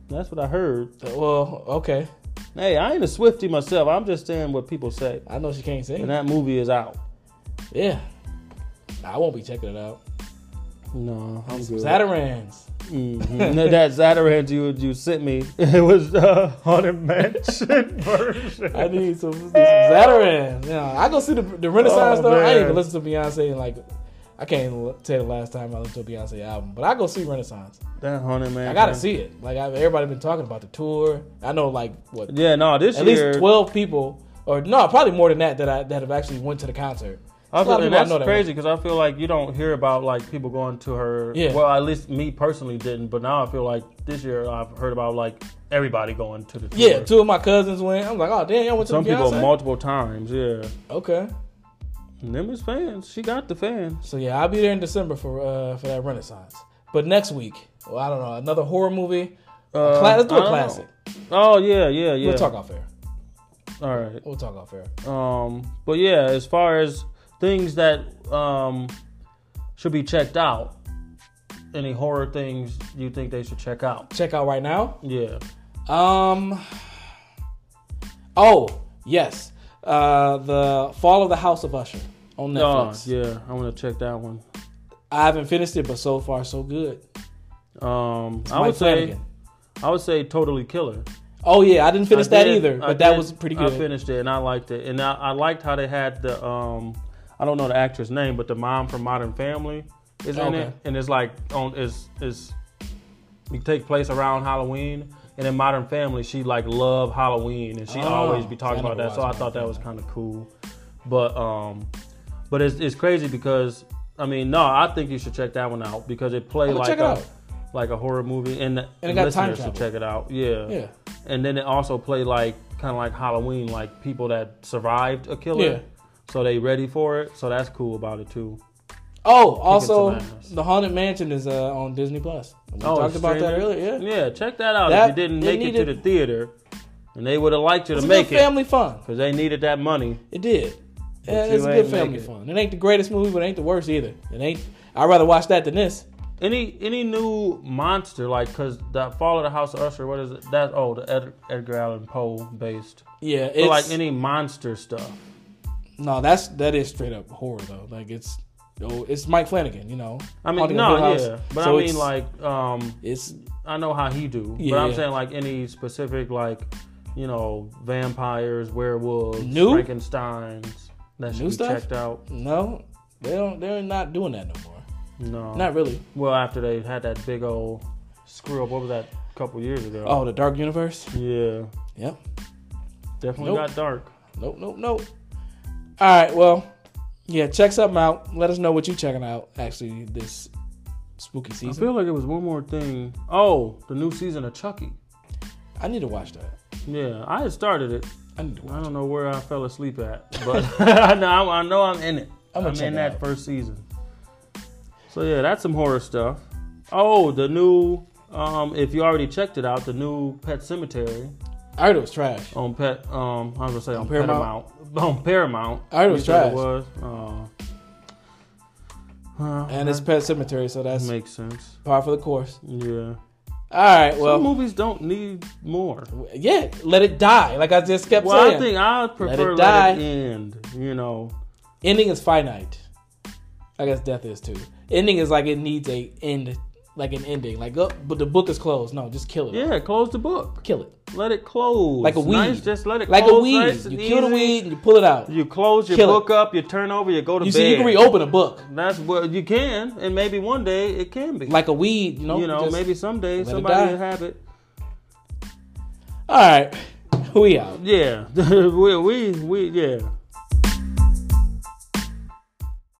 Speaker 2: That's what I heard.
Speaker 1: Uh, Well, okay.
Speaker 2: Hey, I ain't a Swifty myself. I'm just saying what people say.
Speaker 1: I know she can't
Speaker 2: And
Speaker 1: sing.
Speaker 2: that movie is out.
Speaker 1: Yeah, I won't be checking it out.
Speaker 2: No, I'm good.
Speaker 1: Zatarans.
Speaker 2: Mhm.
Speaker 1: Mm-hmm.
Speaker 2: No, *laughs* that Zatarans you you sent me. *laughs* It was uh, on a mansion *laughs* version.
Speaker 1: I need some, *laughs* some Zatarans. Yeah, I go see the the Renaissance
Speaker 2: Oh,
Speaker 1: though. I ain't
Speaker 2: man.
Speaker 1: even listen to Beyonce in like. I can't even tell the last time I listened to a Beyonce album, but I go see Renaissance.
Speaker 2: That haunted man.
Speaker 1: I gotta see it. Like I've, everybody been talking about the tour. I know like what
Speaker 2: Yeah, no, this
Speaker 1: at
Speaker 2: year.
Speaker 1: least 12 people or no probably more than that that I, that have actually went to the concert There's
Speaker 2: I
Speaker 1: a lot
Speaker 2: feel,
Speaker 1: of
Speaker 2: and
Speaker 1: people I
Speaker 2: that's
Speaker 1: know that
Speaker 2: crazy because I feel like you don't hear about like people going to her.
Speaker 1: Yeah.
Speaker 2: Well, at least me personally didn't, but now I feel like this year I've heard about like everybody going to the tour.
Speaker 1: yeah two of my cousins went i'm like oh damn y'all went to
Speaker 2: Some
Speaker 1: the
Speaker 2: people
Speaker 1: Beyonce?
Speaker 2: multiple times. Yeah.
Speaker 1: okay
Speaker 2: And them is fans. She got the fans.
Speaker 1: so yeah i'll be there in december for uh for that renaissance but next week well i don't know another horror movie
Speaker 2: Uh,
Speaker 1: Cla- let's do
Speaker 2: I
Speaker 1: a
Speaker 2: don't
Speaker 1: classic
Speaker 2: know. Oh yeah, yeah, yeah.
Speaker 1: we'll talk off air
Speaker 2: All right.
Speaker 1: we'll talk off air
Speaker 2: Um, but yeah, as far as things that um should be checked out, any horror things you think they should check out?
Speaker 1: check out right now
Speaker 2: Yeah.
Speaker 1: um oh yes uh the fall of the house of usher on
Speaker 2: Oh,
Speaker 1: netflix
Speaker 2: yeah. I want to check that one.
Speaker 1: i haven't finished it but so far so good
Speaker 2: Um, I
Speaker 1: Mike
Speaker 2: would say
Speaker 1: Flanagan.
Speaker 2: I would say totally killer.
Speaker 1: Oh yeah, I didn't finish
Speaker 2: I
Speaker 1: that
Speaker 2: did-
Speaker 1: either,
Speaker 2: I
Speaker 1: but that
Speaker 2: did-
Speaker 1: was pretty
Speaker 2: I
Speaker 1: good.
Speaker 2: finished it and I liked it, and I, I liked how they had the um, I don't know the actress name, but the mom from Modern Family is in
Speaker 1: Okay.
Speaker 2: it, and it's like on is is it take place around Halloween. And in Modern Family, she like love Halloween, and she
Speaker 1: Oh,
Speaker 2: always be talking
Speaker 1: I never
Speaker 2: about that. So I
Speaker 1: watched
Speaker 2: thought that
Speaker 1: Modern
Speaker 2: was kind of cool, but um, but it's, it's crazy because I mean no, I think you should check that one out because it played
Speaker 1: I'ma
Speaker 2: like
Speaker 1: check it
Speaker 2: a
Speaker 1: out.
Speaker 2: like a horror movie, and, the
Speaker 1: And it got time
Speaker 2: listeners should
Speaker 1: travel.
Speaker 2: check it out.
Speaker 1: Yeah,
Speaker 2: And then it also played like kind of like Halloween, like people that survived a killer.
Speaker 1: Yeah.
Speaker 2: So they ready for it. So that's cool about it too.
Speaker 1: Oh, also,
Speaker 2: Madness.
Speaker 1: The Haunted Mansion is uh, on Disney Plus. We talked
Speaker 2: it's
Speaker 1: about that
Speaker 2: Oh, streaming?
Speaker 1: earlier. Yeah,
Speaker 2: Yeah, check that out.
Speaker 1: That-
Speaker 2: if you didn't
Speaker 1: they
Speaker 2: make it to
Speaker 1: needed-
Speaker 2: the theater, and they would have liked you
Speaker 1: it's a
Speaker 2: to make
Speaker 1: good
Speaker 2: it
Speaker 1: family fun.
Speaker 2: because they needed that money.
Speaker 1: It did.
Speaker 2: But
Speaker 1: Yeah,
Speaker 2: you
Speaker 1: it's a
Speaker 2: ain't
Speaker 1: good family
Speaker 2: make it.
Speaker 1: fun. It ain't the greatest movie, but it ain't the worst either. It ain't. I'd rather watch that than this.
Speaker 2: Any any new monster like because that Fall of the House of Usher? What is it? That oh the Ed, Edgar Allan Poe based.
Speaker 1: Yeah, it's
Speaker 2: But like any monster stuff.
Speaker 1: no. That's that is straight up horror though. Like it's oh, it's Mike Flanagan. You know.
Speaker 2: I mean
Speaker 1: Haunting of
Speaker 2: no
Speaker 1: Hill House.
Speaker 2: yeah, but
Speaker 1: So
Speaker 2: I mean
Speaker 1: it's-
Speaker 2: like um
Speaker 1: it's
Speaker 2: I know how he do,
Speaker 1: Yeah,
Speaker 2: but I'm
Speaker 1: yeah.
Speaker 2: saying like any specific like you know vampires, werewolves,
Speaker 1: New?
Speaker 2: Frankenstein's that should
Speaker 1: New
Speaker 2: be
Speaker 1: stuff?
Speaker 2: checked out.
Speaker 1: no. They don't. They're not doing that no more.
Speaker 2: No,
Speaker 1: Not really.
Speaker 2: Well, after they had that big old screw up, what was that? A couple years ago.
Speaker 1: Oh, the Dark Universe.
Speaker 2: yeah,
Speaker 1: Yep.
Speaker 2: definitely
Speaker 1: Nope.
Speaker 2: got dark.
Speaker 1: Nope. Nope. Nope. All right. Well, yeah. Check something out. Let us know what you checking out. Actually, this spooky
Speaker 2: I
Speaker 1: season.
Speaker 2: feel like it was one more thing. Oh, the new season of Chucky.
Speaker 1: I need to watch that.
Speaker 2: Yeah, I had started it.
Speaker 1: I need to watch.
Speaker 2: I don't know where I fell asleep at,
Speaker 1: *laughs*
Speaker 2: but *laughs* I know I'm, I know I'm in it.
Speaker 1: I'm
Speaker 2: I'm,
Speaker 1: gonna check
Speaker 2: in
Speaker 1: it
Speaker 2: that
Speaker 1: out.
Speaker 2: first season. So yeah, that's some horror stuff. Oh, the new. Um, if you already checked it out, the new Pet Cemetery
Speaker 1: I heard it was trash.
Speaker 2: on Pet. Um, I was gonna say on,
Speaker 1: Paramount?
Speaker 2: Paramount. On Paramount.
Speaker 1: I heard it was
Speaker 2: You said
Speaker 1: trash.
Speaker 2: It was. Uh, well,
Speaker 1: And it's Pet Cemetery, so
Speaker 2: that
Speaker 1: that's
Speaker 2: makes sense.
Speaker 1: par for the course.
Speaker 2: Yeah.
Speaker 1: All right,
Speaker 2: Some
Speaker 1: well,
Speaker 2: movies don't need more.
Speaker 1: yeah, let it die. Like I just kept
Speaker 2: Well, I
Speaker 1: saying,
Speaker 2: think I prefer let it,
Speaker 1: die.
Speaker 2: end. You know.
Speaker 1: ending is finite. I guess death is too. Ending is like it needs a end, like an ending. Like, oh, but the book is closed. No, just kill it.
Speaker 2: Yeah, close the book.
Speaker 1: Kill it
Speaker 2: Let it close.
Speaker 1: Like a weed.
Speaker 2: Nice, just let it
Speaker 1: like
Speaker 2: close.
Speaker 1: a weed.
Speaker 2: nice and
Speaker 1: you kill the
Speaker 2: easy.
Speaker 1: weed and you pull it out. You,
Speaker 2: You close your
Speaker 1: Kill it.
Speaker 2: book up. You turn over. You go to bed.
Speaker 1: see, you can reopen a book
Speaker 2: That's what you can, and maybe one day it can be.
Speaker 1: like a weed. You know,
Speaker 2: you know,
Speaker 1: just-
Speaker 2: maybe someday
Speaker 1: let it
Speaker 2: somebody
Speaker 1: die.
Speaker 2: will have it.
Speaker 1: All right, *laughs* we out.
Speaker 2: *laughs* Yeah, we we we yeah.